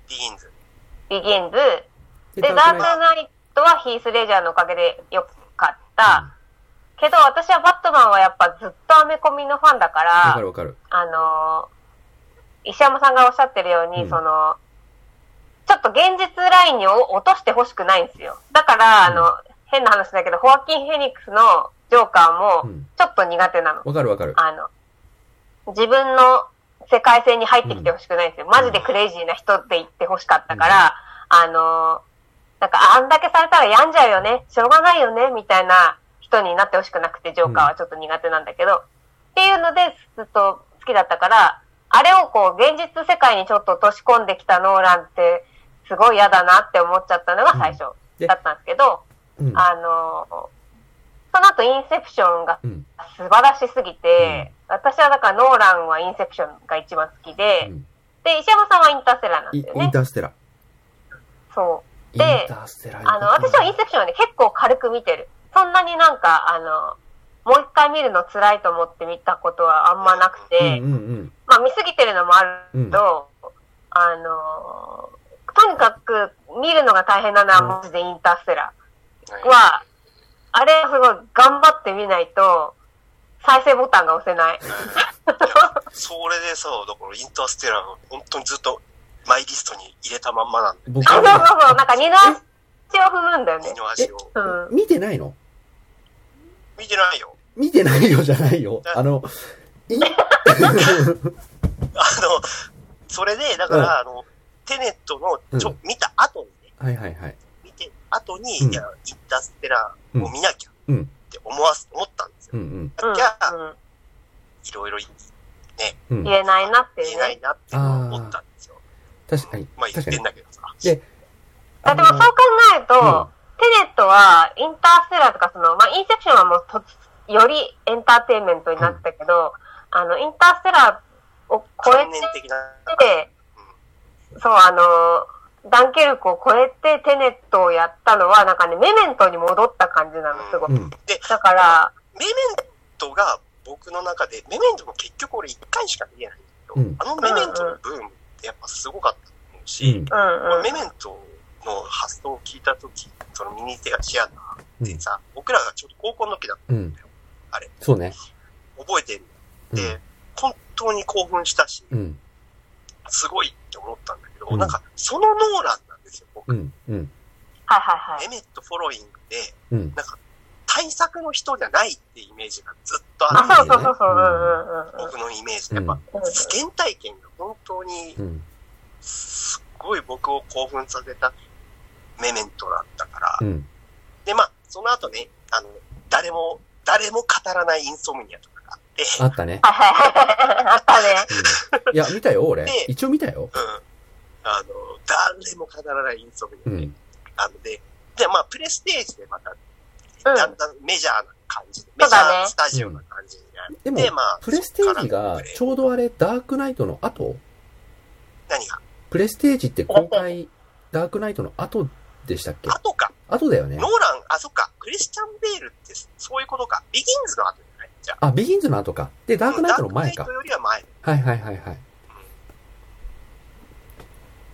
Speaker 3: ビギンズ。
Speaker 2: ビギンズ、で、
Speaker 1: で
Speaker 2: ダ
Speaker 1: ダー
Speaker 2: ー
Speaker 1: ク
Speaker 2: ク
Speaker 1: ナイ
Speaker 2: ナイトはヒースレジャーのおかげで良かった。けど、私はバットマンはやっぱずっとアメコミのファンだ
Speaker 1: ト
Speaker 2: か、
Speaker 1: わからるわかる。
Speaker 2: あのー石山さんがおっしゃってるように、
Speaker 1: うん
Speaker 2: その、ちょっと現実ラインを落としてほしくないんですよ。だから、あの、変な話だけど、ホアキン・フェニックスのジョーカー
Speaker 1: う
Speaker 2: も、
Speaker 1: ん。
Speaker 2: ちょっと苦手なの。
Speaker 1: わかるわかる。
Speaker 2: あの、自分の世界線に入ってきてほしくないんですよ。マジでクレイジーな人って言ってほしかったから、あの、なんかあんだけされたら病んじゃうよね、しょうがないよね、みたいな人になってほしくなくて、ジョーカーはちょっと苦手なんだけど、っていうのでずっと好きだったから、あれをこう現実世界にちょっと落とし込んできたノーランって、すごい嫌だなって思っちゃったのが最初
Speaker 1: で
Speaker 2: だったんですけど、
Speaker 1: うん。
Speaker 2: あの、その後インセプションが
Speaker 1: うん。
Speaker 2: 素晴らしすぎて、私はだからノーランはインセプションが一番好きで、
Speaker 1: うん
Speaker 2: で、石山さんはインターステラーなん
Speaker 1: イ
Speaker 2: ですよ
Speaker 1: イン
Speaker 2: ね。
Speaker 1: ターステラ。
Speaker 2: そ
Speaker 1: イ
Speaker 2: う。
Speaker 1: ン
Speaker 2: で
Speaker 1: ターステラ。
Speaker 2: あの、私はインセプションはね、結構軽く見てる。そんなになんか、あの、もう一回見るの辛いと思って見たことはあんまなくて、
Speaker 1: うんうんうん。
Speaker 2: まあ見すぎてるのもあるけど、あのーとにかく見るのが大変なのはマジでインターステラー
Speaker 3: はい
Speaker 2: は、あれはすごい頑張って見ないと、再生ボタンが押せない。
Speaker 3: それでさ、だからインターステラーが本当にずっとマイリストに入れたまんまなんで、
Speaker 1: 僕
Speaker 2: そうそう
Speaker 1: は、
Speaker 2: そう、なんか二の足を踏むんだよね
Speaker 3: 二。の足を。
Speaker 2: うん。
Speaker 1: 見てないの
Speaker 3: 見てないよ。
Speaker 1: 見てないよじゃないよ。あの、イン
Speaker 3: あの、それで、だから、あの、テネットのちょ、
Speaker 1: うん
Speaker 3: 見た後にね、
Speaker 1: はいはいはい。
Speaker 3: 見て後に、
Speaker 1: うん
Speaker 3: いや、インターステラーを見なきゃっ
Speaker 1: うん。
Speaker 3: て思わす、思ったんですよ。
Speaker 1: うんうん。
Speaker 2: うん
Speaker 3: じゃあ、
Speaker 2: うん
Speaker 3: いろいろ
Speaker 1: う
Speaker 2: 言
Speaker 1: ん。
Speaker 2: えないなってい
Speaker 3: 言え
Speaker 2: う
Speaker 3: ない
Speaker 2: ね。
Speaker 3: なって思ったんですよ。
Speaker 1: 確かに。
Speaker 3: まあ言
Speaker 1: 確
Speaker 3: っ
Speaker 1: か
Speaker 3: て
Speaker 1: に
Speaker 3: ん。だけどさ。
Speaker 1: で
Speaker 2: だってもうそう考えると、テネットはインターステラーとかその、まあ、インセプションはもうとよりエンターテインメントになったけど、あの、インターステラーを超え
Speaker 3: 観
Speaker 2: て
Speaker 3: 念、的な。
Speaker 2: そう、あの、ダンケルクを超えてテネットをやったのは、なんかね、メメントに戻った感じなの、すご
Speaker 1: う
Speaker 2: い。
Speaker 1: ん。
Speaker 3: で、
Speaker 2: だから、
Speaker 3: メメントが僕の中で、メメントも結局俺一回しか見てないんだ
Speaker 1: う
Speaker 3: けど、
Speaker 1: ん
Speaker 3: あのメメントのブームってやっぱすごかったと思う
Speaker 1: う
Speaker 3: し、
Speaker 1: ん。
Speaker 2: うんうん
Speaker 3: メ。メントの発想を聞いたとき、そのミニテアシアターでさ、僕らがちょっと高校の時だ
Speaker 1: うん。
Speaker 3: あれ
Speaker 1: そうね。
Speaker 3: 覚えてる
Speaker 1: うん
Speaker 3: で、本当に興奮したし、
Speaker 1: うん。
Speaker 3: すごいって思ったんだけど、
Speaker 1: うん
Speaker 3: なんかそのノーランなんですよ、僕。
Speaker 1: うん。うん。
Speaker 2: はいはいはい
Speaker 3: メ。メットフォローイングで、
Speaker 1: うん。
Speaker 3: 対策の人じゃないってイメージがずっとあ
Speaker 2: あ、
Speaker 3: る。
Speaker 2: そうそうそうそう、うんうんうんうん。
Speaker 3: 僕のイメージ。
Speaker 1: う
Speaker 3: やっ
Speaker 1: ん
Speaker 3: ぱ、。原体験が本当に
Speaker 1: うん。
Speaker 3: すっごい僕を興奮させたメメントだったから。
Speaker 1: うん。
Speaker 3: で、まあ、その後ね、あの、誰も、誰も語らないインソムニアとかがあって、
Speaker 1: あったね。
Speaker 2: はいはいはい。あったね。
Speaker 1: うんいや、見たよ、俺
Speaker 3: で。
Speaker 1: 一応見たよ。
Speaker 3: うん。あの、誰も語らないインソム
Speaker 1: う
Speaker 3: ニアで
Speaker 1: ん。
Speaker 3: なので、で、まあ、プレステージでまた、
Speaker 2: うん
Speaker 3: だんだんメジャーな感じで、メ
Speaker 2: そう
Speaker 3: ジャ
Speaker 2: だね
Speaker 3: ースタジオな感じになって、
Speaker 1: でも、
Speaker 3: まあ、
Speaker 1: プレステージが
Speaker 3: そっからのプレイ
Speaker 1: ちょうどあれ、ダークナイトの後
Speaker 3: 何が
Speaker 1: プレステージって公開、ダークナイトの後でしたっけ
Speaker 3: 後か、
Speaker 1: 後だよね
Speaker 3: ノー。ラン、あ、そっか、クリスチャン・ベールってそういうことか、ビギンズの後じゃないじゃあ
Speaker 1: あ、ビギンズの後か。で、ダークナイトの前
Speaker 3: ダー
Speaker 1: か
Speaker 3: クナイト。よりは前。
Speaker 1: はいはいはいはい。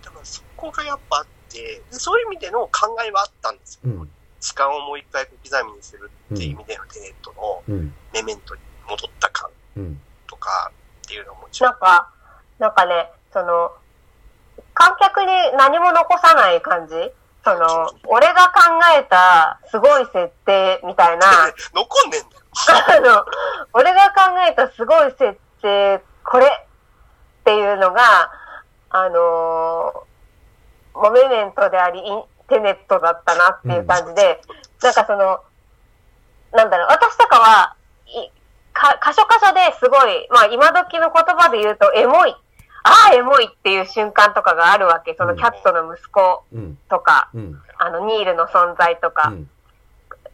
Speaker 3: だからそこがやっぱあって、でそういう意味での考えはあったんですよ。
Speaker 1: うん。
Speaker 3: 時間をもう一回小刻みにする
Speaker 1: う
Speaker 3: っていう意
Speaker 1: ん。
Speaker 3: 味でのテネットの
Speaker 1: うん。
Speaker 3: メメントに戻った感
Speaker 1: うん。
Speaker 3: とかっていうのももちろん
Speaker 2: なんか、なんかね、その、観客に何も残さない感じその、俺が考えたすごい設定みたいな、あ
Speaker 3: 残んねえんだよ。
Speaker 2: の、俺が考えたすごい設定、これっていうのが、あのー、モメメントであり、インテネットだったなっていう感じで、なんかその、なんだろう、私とかは、いか、箇所箇所ですごい、まあ今時の言葉で言うと、エモい。ああ、エモいっていう瞬間とかがあるわけ。そのキャットの息子
Speaker 1: うん。
Speaker 2: とか、
Speaker 1: うん。
Speaker 2: あの、ニールの存在とか。
Speaker 1: うん。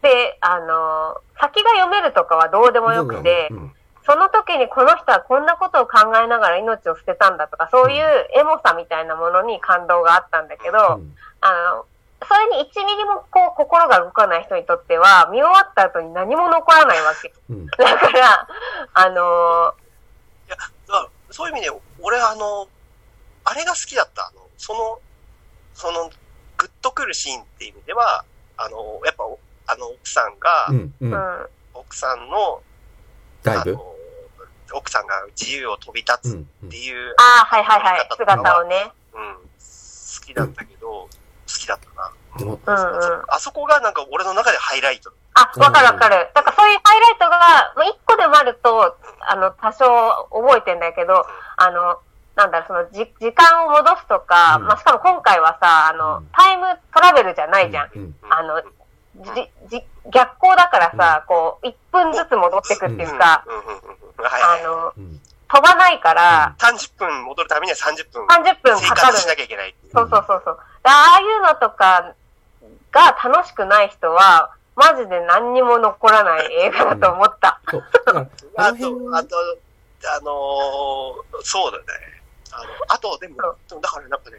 Speaker 2: で、で、あの、先が読めるとかはどうでもよくて、
Speaker 1: うん
Speaker 2: その時にこの人はこんなことを考えながら命を捨てたんだとか、そういうエモさみたいなものに感動があったんだけど、
Speaker 1: うん
Speaker 2: あの、それに1ミリもこう心が動かない人にとっては、見終わった後に何も残らないわけ。
Speaker 1: うん
Speaker 2: だから、あの
Speaker 3: まあそういう意味で、俺あの、あれが好きだった。あのその、その、グッとくるシーンっていう意味では、あの、やっぱ、あの、奥さんが、
Speaker 1: うんう
Speaker 2: うんん、
Speaker 3: 奥さんの、
Speaker 1: だい
Speaker 3: あ
Speaker 1: ぶ
Speaker 3: の、奥さんが自由を飛び
Speaker 1: う
Speaker 3: 立つ
Speaker 1: んう
Speaker 3: っ
Speaker 1: ん
Speaker 3: ていう、
Speaker 2: ああ、はいはいはい。姿をね。
Speaker 3: うん、好きだったけど、好きだったな。
Speaker 1: でも
Speaker 2: うんうん。
Speaker 3: あそあそこがなんか俺の中でハイライト。
Speaker 2: あ、わかるわかる。だからそういうハイライトが、まあ、一個でもあると、あの、多少覚えてんだけど、あの、なんだろう、その、じ、時間を戻すとか、
Speaker 1: うん
Speaker 2: まあ、しかも今回はさ、あ
Speaker 1: う
Speaker 2: の
Speaker 1: ん、
Speaker 2: タイムトラベルじゃないじゃん。
Speaker 1: うん
Speaker 2: あのじ、じ、逆光だからさ、こう、1分ずつ戻ってくっていうか、
Speaker 3: うんうんうんうんはい
Speaker 2: あ
Speaker 3: はい
Speaker 2: の、
Speaker 1: うん
Speaker 2: 飛ばないから、
Speaker 3: 30分戻るためには30分
Speaker 2: 30分
Speaker 3: 生
Speaker 2: かかる
Speaker 3: 活しなきゃいけないっていう。
Speaker 2: そうそうそうそう。でああいうのとかが楽しくない人は、マジで何にも残らない映画だと思った。
Speaker 1: そうだからあ
Speaker 3: あ
Speaker 1: の
Speaker 3: と
Speaker 1: 辺、
Speaker 3: あと、あのーそうだね。あの、あと、でも、だからなんかね、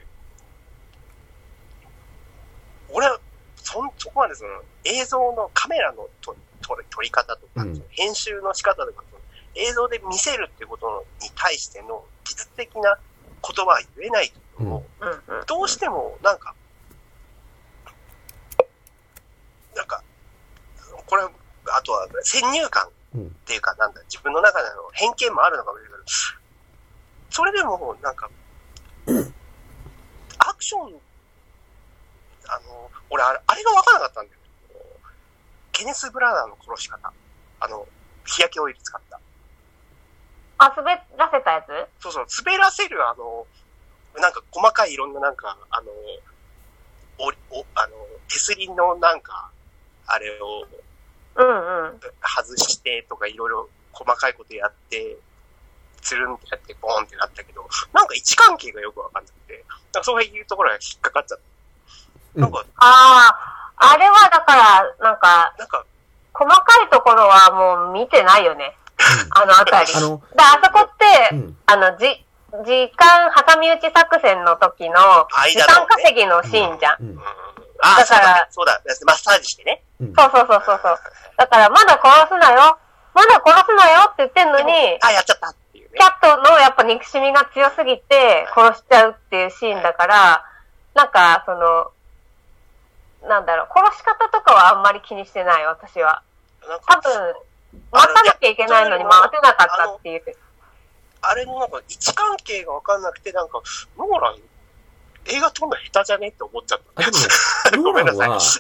Speaker 3: 俺は、そん、そこまでその、映像のカメラの撮り、撮り撮り方とか、
Speaker 1: うん
Speaker 3: その編集の仕方とか、その映像で見せるっていうことに対しての、技術的な言葉は言えないけども、
Speaker 2: うんうん。
Speaker 3: どうしても、なんか、なんか、これ、あとは先入観っていうか、なんだ、自分の中での偏見もあるのかもしれないけど、それでも、なんか、アクション、あの、俺、あれあれが分からなかったんだよ。ケネス・ブラナーの殺し方。あの、日焼けオイル使った。
Speaker 2: あ、滑らせたやつ
Speaker 3: そうそう、滑らせる、あの、なんか細かいいろんななんか、あの、おりおあの手すりのなんか、あれを
Speaker 2: うんうん。
Speaker 3: 外してとかいろいろ細かいことやって、つるんってやって、ボーンってなったけど、なんか位置関係がよくわかんなくて、なんかそういうところが引っかかっちゃった。なんか、
Speaker 2: ああ、あれはだから、なんか、
Speaker 3: なんか、
Speaker 2: 細かいところはもう見てないよね。あのあたり。
Speaker 1: あ
Speaker 2: で、
Speaker 1: の
Speaker 2: あそこって、
Speaker 1: うん
Speaker 2: あの、じ、時間挟み撃ち作戦の時の、時
Speaker 3: 間のね
Speaker 2: 間稼ぎのシーンじゃん。
Speaker 1: うん
Speaker 3: うん、ああ、
Speaker 2: だ
Speaker 3: そう
Speaker 2: か
Speaker 3: だ
Speaker 2: ら、
Speaker 3: そうだ、マッサージしてね。
Speaker 1: うん
Speaker 2: そうそうそうそうそう。だから、まだ殺すなよ、まだ殺すなよって言ってんのに、
Speaker 3: あ、やっちゃったっていうね
Speaker 2: キ。ャットのやっぱ憎しみが強すぎて殺しちゃうっていうシーンだから、なんか、その、なんだろう、殺し方とかはあんまり気にしてない、私は。
Speaker 3: なんか
Speaker 2: 多分、待たなきゃいけないのに待てなかったっていう。
Speaker 3: あれのなんか位置関係が分かんなくて、なんか、ノーラン、映画撮るの下手じゃねって思っちゃっ
Speaker 1: あでも
Speaker 3: た。 ごめんなさ
Speaker 1: ノーラ
Speaker 3: い
Speaker 1: ンは。
Speaker 3: そ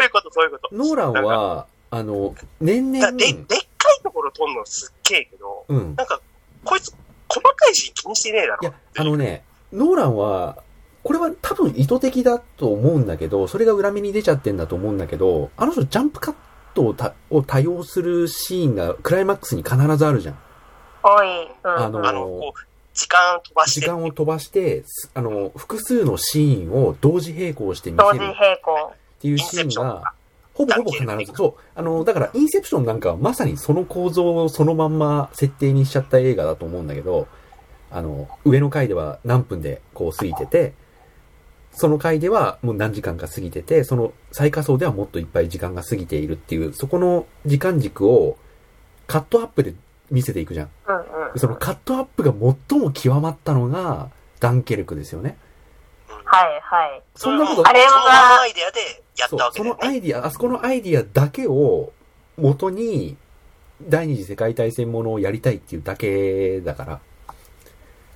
Speaker 3: ういうこと、そういうこと。
Speaker 1: ノーランは、あの、年
Speaker 3: だ
Speaker 1: 々、
Speaker 3: ででっかいところ撮るのすっげえけど、
Speaker 1: うん。
Speaker 3: なんか、こいつ、細かいシーン気にしてねえだ
Speaker 1: い
Speaker 3: ろ
Speaker 1: や。、あのね、ノーランは、これは多分意図的だと思うんだけど、それが裏目に出ちゃってんだと思うんだけど、あの人ジャンプカットをたを多用するシーンがクライマックスに必ずあるじゃん。
Speaker 2: 多い。うん。
Speaker 1: あの
Speaker 3: あの、こう、時間飛ばし
Speaker 1: 時
Speaker 3: て、
Speaker 1: 間を飛ばして、すあの、複数のシーンを同時並行して見
Speaker 2: 同
Speaker 1: せ
Speaker 2: 時
Speaker 1: るっ
Speaker 2: 並行。
Speaker 1: ていう
Speaker 3: イン
Speaker 1: シ
Speaker 3: セ
Speaker 1: ーン
Speaker 3: プションと
Speaker 1: が
Speaker 3: か、
Speaker 1: ほぼほぼ必ず。そう。あの、だから、インセプションなんかはまさにその構造をそのまんま設定にしちゃった映画だと思うんだけど、あの、上の回では何分でこう過ぎてて、その回ではもう何時間か過ぎてて、その最下層ではもっといっぱい時間が過ぎているっていう、そこの時間軸をカットアップで見せていくじゃん。
Speaker 2: うんうん。
Speaker 1: そのカットアップが最も極まったのが、ダンケルクですよね。
Speaker 3: うん
Speaker 2: はいはい。
Speaker 1: そんなこと
Speaker 3: れ
Speaker 2: あれは
Speaker 3: そのアイデアでやった
Speaker 1: そう
Speaker 3: わ、け
Speaker 1: そ
Speaker 3: だよ
Speaker 1: のア
Speaker 3: ね。
Speaker 1: イディア、あそこのアイディアだけを元に、第二次世界大戦ものをやりたいっていうだけだから。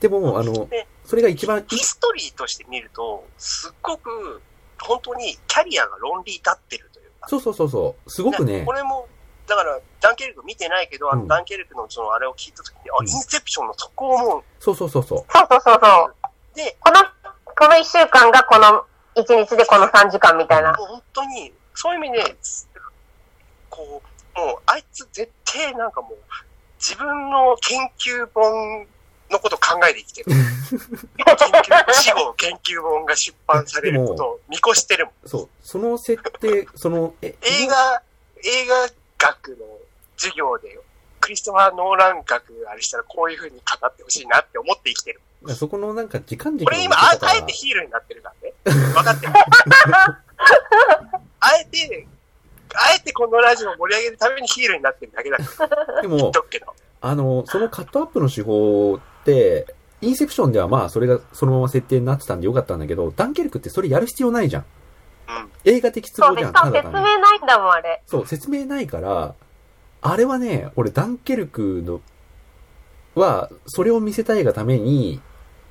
Speaker 1: でも、あの、
Speaker 3: で
Speaker 1: それが一番、
Speaker 3: ヒストリーとして見ると、すっごく、本当にキャリアが論理立ってるというか、
Speaker 1: そうそうそうそう、すごくね
Speaker 3: こ、れも、だから、ダンケルク見てないけど、あ
Speaker 1: う
Speaker 3: の
Speaker 1: ん
Speaker 3: ダンケルクのそのあれを聞いたときに、
Speaker 1: うん
Speaker 3: あ、インセプションのそこをもう、
Speaker 1: そうそうそうそ
Speaker 2: そうそうそうそう。
Speaker 3: で、
Speaker 2: この、この一週間がこの一日でこの三時間みたいな。
Speaker 3: もう本当に、そういう意味で、こう、もう、あいつ絶対なんかもう、自分の研究本のことを考えて生きてる。研究、死後研究本が出版されることを見越してるもん。
Speaker 1: そう。その設定、その、え、
Speaker 3: 映画、映画学の授業で、クリストファー・ノーラン学あれしたらこういう風に語ってほしいなって思って生きてる。
Speaker 1: そこのなんか時間軸の
Speaker 3: 俺
Speaker 1: 見
Speaker 3: 今、あ
Speaker 1: 方が
Speaker 3: あえてヒールになってるからね。分かってる。 あえて、あえてこのラジオを盛り上げるためにヒールになってるだけだから
Speaker 1: で
Speaker 3: 言っ
Speaker 1: も
Speaker 3: と、くけど。
Speaker 1: あの、そのカットアップの手法って、インセプションではまあ、それがそのまま設定になってたんでよかったんだけど、ダンケルクってそれやる必要ないじゃん。
Speaker 3: うん
Speaker 1: 映画的都
Speaker 2: そう
Speaker 1: 合
Speaker 2: で
Speaker 1: じゃ
Speaker 2: す。
Speaker 1: ん、
Speaker 2: しか
Speaker 1: た
Speaker 2: も
Speaker 1: だ
Speaker 2: 説
Speaker 1: 単
Speaker 2: 明
Speaker 1: に。
Speaker 2: ないんだもん、あれ。
Speaker 1: そう、説明ないから、あれはね、俺、ダンケルクの、は、それを見せたいがために、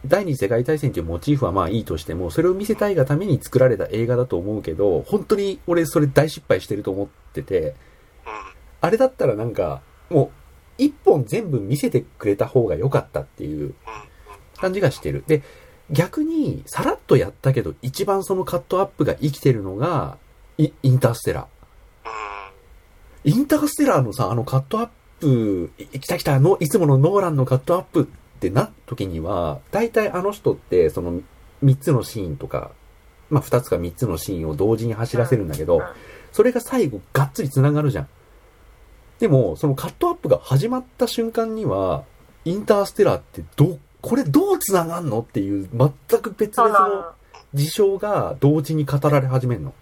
Speaker 1: 第二次世界大戦というモチーフはまあいいとしても、それを見せたいがために作られた映画だと思うけど、本当に俺それ大失敗してると思ってて、
Speaker 3: うん。
Speaker 1: あれだったらなんか、もう、一本全部見せてくれた方が良かったっていう
Speaker 3: うん。
Speaker 1: 感じがしてる。で、逆に、さらっとやったけど、一番そのカットアップが生きてるのが、イインターステラー。
Speaker 3: うん。
Speaker 1: インターステラーのさ、あのカットアップ、い来た来た、の、いつものノーランのカットアップってな、時には、大体あの人って、その、3つのシーンとか、まあ、2つか3つのシーンを同時に走らせるんだけど、それが最後、がっつり繋がるじゃん。でも、そのカットアップが始まった瞬間には、インターステラーってど、これどう繋がんのっていう、全く別
Speaker 2: そう
Speaker 1: 々
Speaker 2: な
Speaker 1: の
Speaker 2: の。
Speaker 1: 事象が同時に語られ始めるの。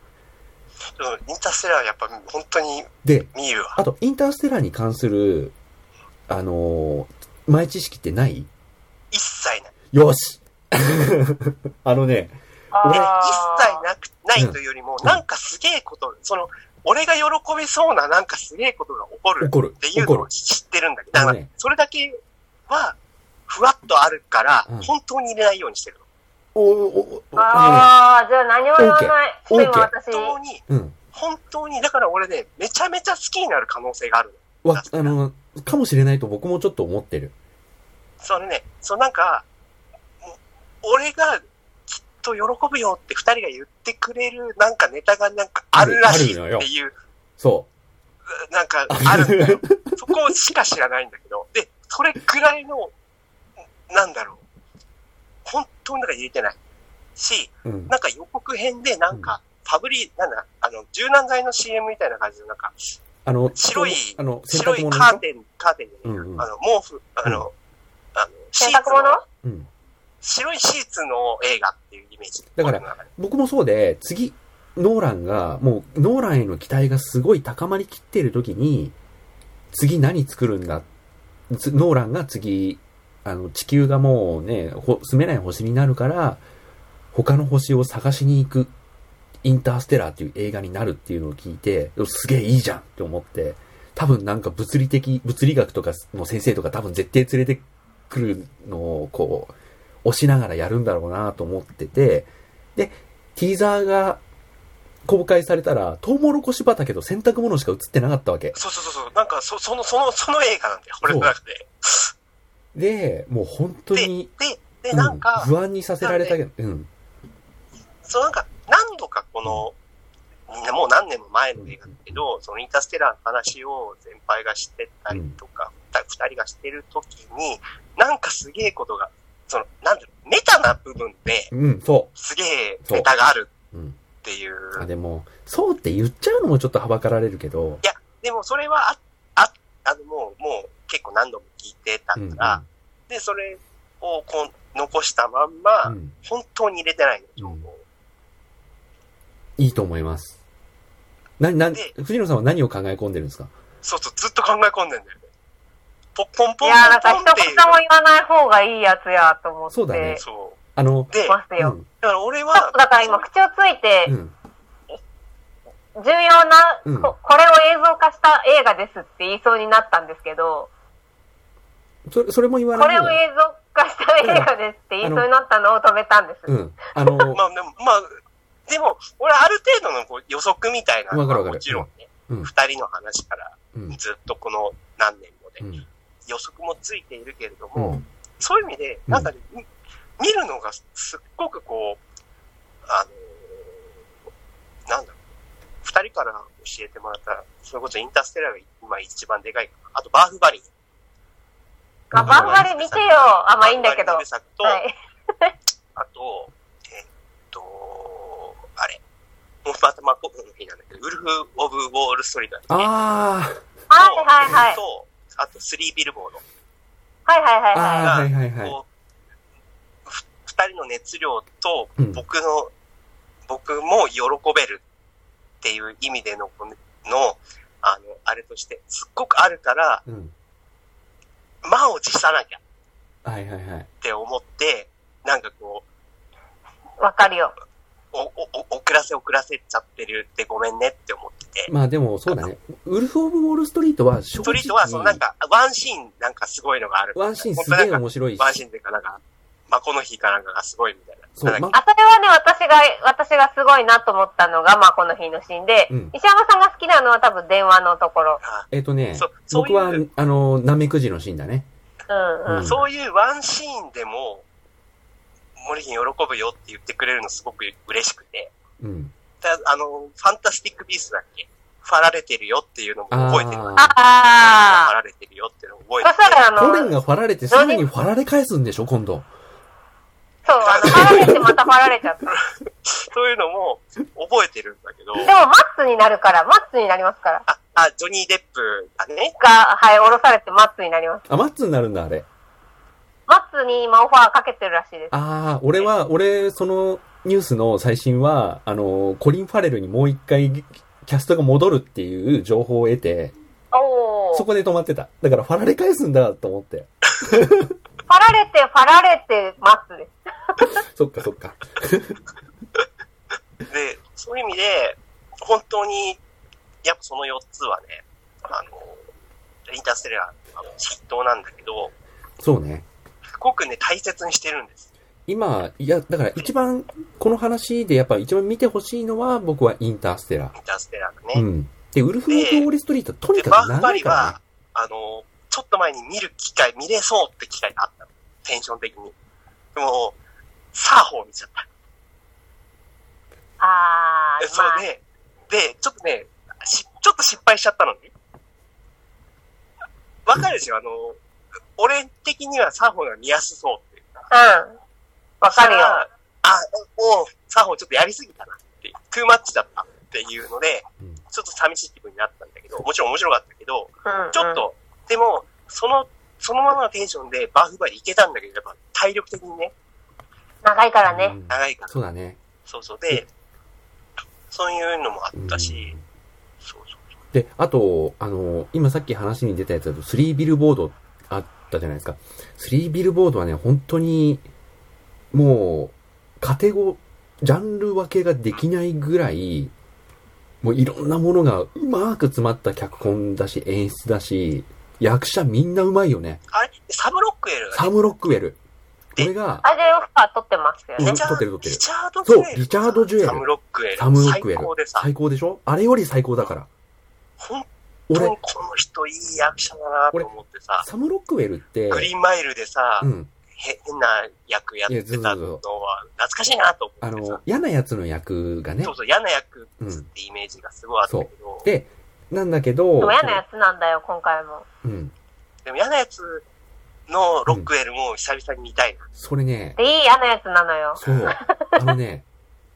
Speaker 3: でもインターステラーはやっぱ本当に
Speaker 1: で、
Speaker 3: 見るわ。
Speaker 1: あと、インターステラーに関する、あのー前知識ってない
Speaker 3: 一切ない。
Speaker 1: よしあのね、
Speaker 3: で一
Speaker 2: あー
Speaker 3: 切なく、ないというよりも、
Speaker 1: うん
Speaker 3: なんかすげえこと、その、俺が喜びそうななんかすげえことが起こる
Speaker 1: 怒る
Speaker 3: っ。ていう
Speaker 1: 怒
Speaker 3: の
Speaker 1: る
Speaker 3: を。知ってるんだけど、
Speaker 1: あ
Speaker 3: だ
Speaker 1: の
Speaker 3: か
Speaker 1: ね
Speaker 3: ら、それだけは、ふわっとあるから
Speaker 1: うん、
Speaker 3: 本当に入れないようにしてるの。
Speaker 1: おおおあ
Speaker 2: あー、じゃあ何も言わない。
Speaker 1: オー
Speaker 2: 今
Speaker 1: ケー
Speaker 2: 私、
Speaker 3: 本当に、
Speaker 1: のね、うん。
Speaker 3: 本当に、だから俺ね、めちゃめちゃ好きになる可能性があるの。
Speaker 1: わ、あのーかもしれないと僕もちょっと思ってる。
Speaker 3: それね、そのなんか、もう俺がきっと喜ぶよって二人が言ってくれるなんかネタがなんかあるらしい
Speaker 1: あるあ
Speaker 3: っ
Speaker 1: るのよ
Speaker 3: ていう
Speaker 1: そ
Speaker 3: なんか
Speaker 1: う。
Speaker 3: あるん だよ。そこしか知らないんだけど、で、それくらいの、なんだろう。本当になんか言えてない。し、
Speaker 1: うん。
Speaker 3: なんか予告編でなんか、ファブリー、なんだ、あの、柔軟剤の CM みたいな感じの、なんか、
Speaker 1: あの、
Speaker 3: 白い
Speaker 1: あの、洗
Speaker 3: 白
Speaker 1: 濯
Speaker 3: い
Speaker 1: 物でし
Speaker 3: カー
Speaker 1: ょ
Speaker 3: テン、カーテンじゃない、
Speaker 1: うんうん
Speaker 3: あの、毛布、あの、あの、シ
Speaker 2: 洗
Speaker 3: ーツ
Speaker 2: 濯物
Speaker 3: の、
Speaker 1: うん。
Speaker 3: 白いシーツの映画っていうイメージ。
Speaker 1: だから
Speaker 3: 僕の中で
Speaker 1: 僕もそうで、次、ノーランが、もう、ノーランへの期待がすごい高まりきってる時に、次何作るんだつノーランが次、あの、地球がもうね、ほ住めない星になるから、他の星を探しに行く、インターステラーっていう映画になるっていうのを聞いて、すげえいいじゃんって思って、多分なんか物理的、物理学とかの先生とか多分絶対連れてくるのをこう、押しながらやるんだろうなと思ってて、で、ティーザーが公開されたら、トウモロコシ畑と洗濯物しか映ってなかったわけ。
Speaker 3: そうそうそうそう、なんかそ、その、その、その映画なんだよ、俺の中で。
Speaker 1: で、もう本当に、
Speaker 3: で、で、
Speaker 1: うん
Speaker 3: なんか、
Speaker 1: 不安にさせられたけど、うん。
Speaker 3: そのなんか、何度かこの、みんなもう何年も前の映画だけど、そのインターステラーの話を先輩がしてたりとか、二、人がしてる時に、なんかすげえことが、その、なんだろう、メタな部分で、
Speaker 1: うん、そ
Speaker 3: すげえネタがある
Speaker 1: う。うん。
Speaker 3: っていう。
Speaker 1: あ、でも、そうって言っちゃうのもちょっとはばかられるけど、
Speaker 3: でもそれはあ、あ、あの、もう、もう結構何度も聞いてたか
Speaker 1: うん。
Speaker 3: ら、で、それをこう、残したまんま、
Speaker 1: うん
Speaker 3: 本当に入れてないの、情報を。
Speaker 1: いいと思います。な、な、
Speaker 3: で
Speaker 1: 藤野さんは何を考え込んでるんですか
Speaker 3: そうそう、ずっと考え込んでんだよね。ポッポン
Speaker 2: い
Speaker 3: ポンポンポン
Speaker 2: や、なんか一
Speaker 3: っていう
Speaker 2: 言も言わない方がいいやつやと思って。
Speaker 1: そうだね
Speaker 3: そ
Speaker 1: あの、
Speaker 3: う。で、だ
Speaker 2: ますよ。
Speaker 3: から俺
Speaker 2: ちょっ
Speaker 3: は
Speaker 2: と、だから今、口をついて、
Speaker 1: うん、うん。
Speaker 2: 重要な、
Speaker 1: うん
Speaker 2: こ、これを映像化した映画ですって言いそうになったんですけど、
Speaker 1: それ、それも言わ
Speaker 2: こ
Speaker 1: ない
Speaker 2: れ
Speaker 1: の
Speaker 2: を映像化した映画ですって言いそうになったのを止めたんです。
Speaker 1: うん。あの、
Speaker 3: まあでも、まあ、でも、俺ある程度のこう予測みたいなの
Speaker 1: わかるわ
Speaker 3: は
Speaker 1: かる
Speaker 3: もちろんね、
Speaker 1: うんうん
Speaker 3: 二人の話から
Speaker 1: うん。
Speaker 3: ずっとこの何年もで、
Speaker 1: うん。
Speaker 3: 予測もついているけれど
Speaker 1: う
Speaker 3: も、
Speaker 1: ん。
Speaker 3: そういう意味で、
Speaker 1: うん
Speaker 3: なんかね、み見るのがすっごくこう、あのーなんだろう、二人から教えてもらった、それこそインターステラーが今一番でかいかなあとバーフバリー。
Speaker 2: まあ、バンバレ見てよ。あ、まあいいんだけど。は
Speaker 3: バンバレ原作と、
Speaker 2: い。
Speaker 3: あと、えっと、あれ。もうまた、まあ、僕の日なんだけど、ウルフ・オブ・ウォール・ストリートだっけ
Speaker 1: あ
Speaker 2: はいはいはい。
Speaker 3: と、あと、スリー・ビルボード。
Speaker 2: はいはい
Speaker 1: あ、
Speaker 2: はいはい。
Speaker 1: ああ、はいはいはい。
Speaker 3: こう、ふ二人の熱量と
Speaker 1: うん、
Speaker 3: 僕の、僕も喜べるっていう意味での、この、のあの、あれとして、すっごくあるから、
Speaker 1: うん。
Speaker 3: 満を持さなきゃっ
Speaker 1: はいはいはい。
Speaker 3: て思って、なんかこう、
Speaker 2: わかるよ。
Speaker 3: お、お、お、遅らせ遅らせちゃってるってごめんねって思ってて。
Speaker 1: まあでもそうだね。ウルフ・オブ・ウォール・ストリートは正直。
Speaker 3: ストリートは、そのなんか、ワンシーンなんかすごいのがある。
Speaker 1: ワンシーンす
Speaker 3: 本
Speaker 1: げ
Speaker 3: 当
Speaker 1: え
Speaker 3: なんか
Speaker 1: 面白いし
Speaker 3: ワン。シーンっていうか、なんか、まあ、この日かなんかがすごいみたいな。
Speaker 1: そう、
Speaker 3: なんだ
Speaker 1: ま
Speaker 3: っ、
Speaker 2: あ、それはね、私が、私がすごいなと思ったのが、まあこの日のシーンで、
Speaker 1: うん
Speaker 2: 石山さんが好きなのは多分電話のところ。
Speaker 1: えっ、とね
Speaker 3: そう、そういう
Speaker 1: 僕は、あの、ナメクジのシーンだね。
Speaker 2: うん
Speaker 1: う
Speaker 2: う。
Speaker 1: んん
Speaker 3: けそういうワンシーンでも、森銀喜ぶよって言ってくれるのすごく嬉しくて。
Speaker 1: うん。
Speaker 3: たあの、ファンタスティックビーストだっけファられてるよっていうのも覚えてる。フ
Speaker 1: あ
Speaker 2: あ
Speaker 3: ァ
Speaker 2: あ。
Speaker 3: られてるよっていうのも覚
Speaker 2: そ
Speaker 3: え
Speaker 2: した
Speaker 3: てる。
Speaker 2: ら、あ
Speaker 1: あ。コレン
Speaker 2: の、
Speaker 1: がファられてすぐにファられ返すんでしょ今度。
Speaker 2: そう、あの、パラれてまたパラれちゃった。
Speaker 3: そういうのも覚えてるんだけど、
Speaker 2: でも、マッツになるから、マッツになりますから。
Speaker 3: あ、あ、ジョニー・デップだね。
Speaker 2: が、はい、降ろされてマッツになります。
Speaker 1: あ、マッツになるんだ、あれ。
Speaker 2: マッツに今オファーかけてるらしいです。
Speaker 1: ああ、俺は、俺、そのニュースの最新は、あの、コリン・ファレルにもう一回キャストが戻るっていう情報を得て、
Speaker 2: おお。
Speaker 1: そこで止まってた。だからファられ返すんだと思って。
Speaker 2: パラれて、パラれて、マッツです。
Speaker 1: そっかそっか。
Speaker 3: で、そういう意味で、本当に、やっぱその4つはね、あの、インターステラーの筆頭なんだけど、
Speaker 1: そうね。
Speaker 3: すごくね、大切にしてるんです。
Speaker 1: 今、いや、だから一番、この話でやっぱ一番見てほしいのは、僕はインターステラ
Speaker 3: インターステラーが
Speaker 1: ー。う
Speaker 3: ね。
Speaker 1: ん。で、ウルフ・オブ・ウォール・ストリート、とに
Speaker 3: で、バ
Speaker 1: かく
Speaker 3: ーフバ
Speaker 1: 長
Speaker 3: リ
Speaker 1: いから、ね
Speaker 3: は。、あの、ちょっと前に見る機会、見れそうって機会があったの。テンション的に。でも、サーホー見ちゃった。
Speaker 2: あ
Speaker 3: で
Speaker 2: ー、
Speaker 3: そ
Speaker 2: まあ、
Speaker 3: れで、で、ちょっとね、しちょっと失敗しちゃったのね。わかるでしょあの、俺的にはサーホーが見やすそうっていうか。
Speaker 2: うん。わかるよ。
Speaker 3: あ、おう、サーホーちょっとやりすぎたなっていう、トゥーマッチだったっていうので、
Speaker 1: うん
Speaker 3: ちょっと寂しい気分になったんだけど、もちろん面白かったけど、
Speaker 2: うん、
Speaker 3: ちょっ。と、でも、その、そのままのテンションでバフバリいけたんだけど、やっぱ体力的にね、
Speaker 2: 長いから
Speaker 1: う
Speaker 2: ね。
Speaker 1: ん
Speaker 3: 長いから、
Speaker 1: そうだね。
Speaker 3: そうそうで、そういうのもあったし
Speaker 1: うん、
Speaker 3: そうそうそう。
Speaker 1: で、あと、あの、今さっき話に出たやつだと、スリービルボードあったじゃないですか。スリービルボードはね、本当に、もう、カテゴ、ジャンル分けができないぐらい、もういろんなものがうまく詰まった脚本だし、演出だし、役者みんなうまいよね。
Speaker 3: あれサブロックエルが
Speaker 1: サム・ロックウェル。
Speaker 3: え
Speaker 1: 俺が、
Speaker 2: あれオファー取ってますよ
Speaker 1: う
Speaker 2: ね。
Speaker 1: ん
Speaker 3: リチャ
Speaker 1: 撮ってる撮ってる
Speaker 3: リチャード・
Speaker 1: そう
Speaker 3: ジュエル
Speaker 1: リチャードジュエル
Speaker 3: サムロックエル。
Speaker 1: サム・ロックウェ
Speaker 3: 最高
Speaker 1: ル
Speaker 3: で。さ、
Speaker 1: 最高でしょあれより最高だから。
Speaker 3: 本当
Speaker 1: 俺
Speaker 3: に、この人いい役者だなと思ってさ、
Speaker 1: サム・ロックウェルって、
Speaker 3: グリーンマイルでさ、
Speaker 1: うん。
Speaker 3: へ変な役やってたのは懐かしいなと
Speaker 1: あ
Speaker 3: 思ってさ
Speaker 1: の、、嫌な奴の役がね
Speaker 3: そ、うそう、嫌な役ってイメージがすごいあったけど、
Speaker 1: でなんだけど、
Speaker 2: でも嫌なやつなんだよ、今回も。
Speaker 1: うん。
Speaker 3: でも嫌なやつのロックウェルも久々に見たいな。
Speaker 1: それね、
Speaker 2: で、いい嫌なやつなのよ。
Speaker 1: そう。あのね、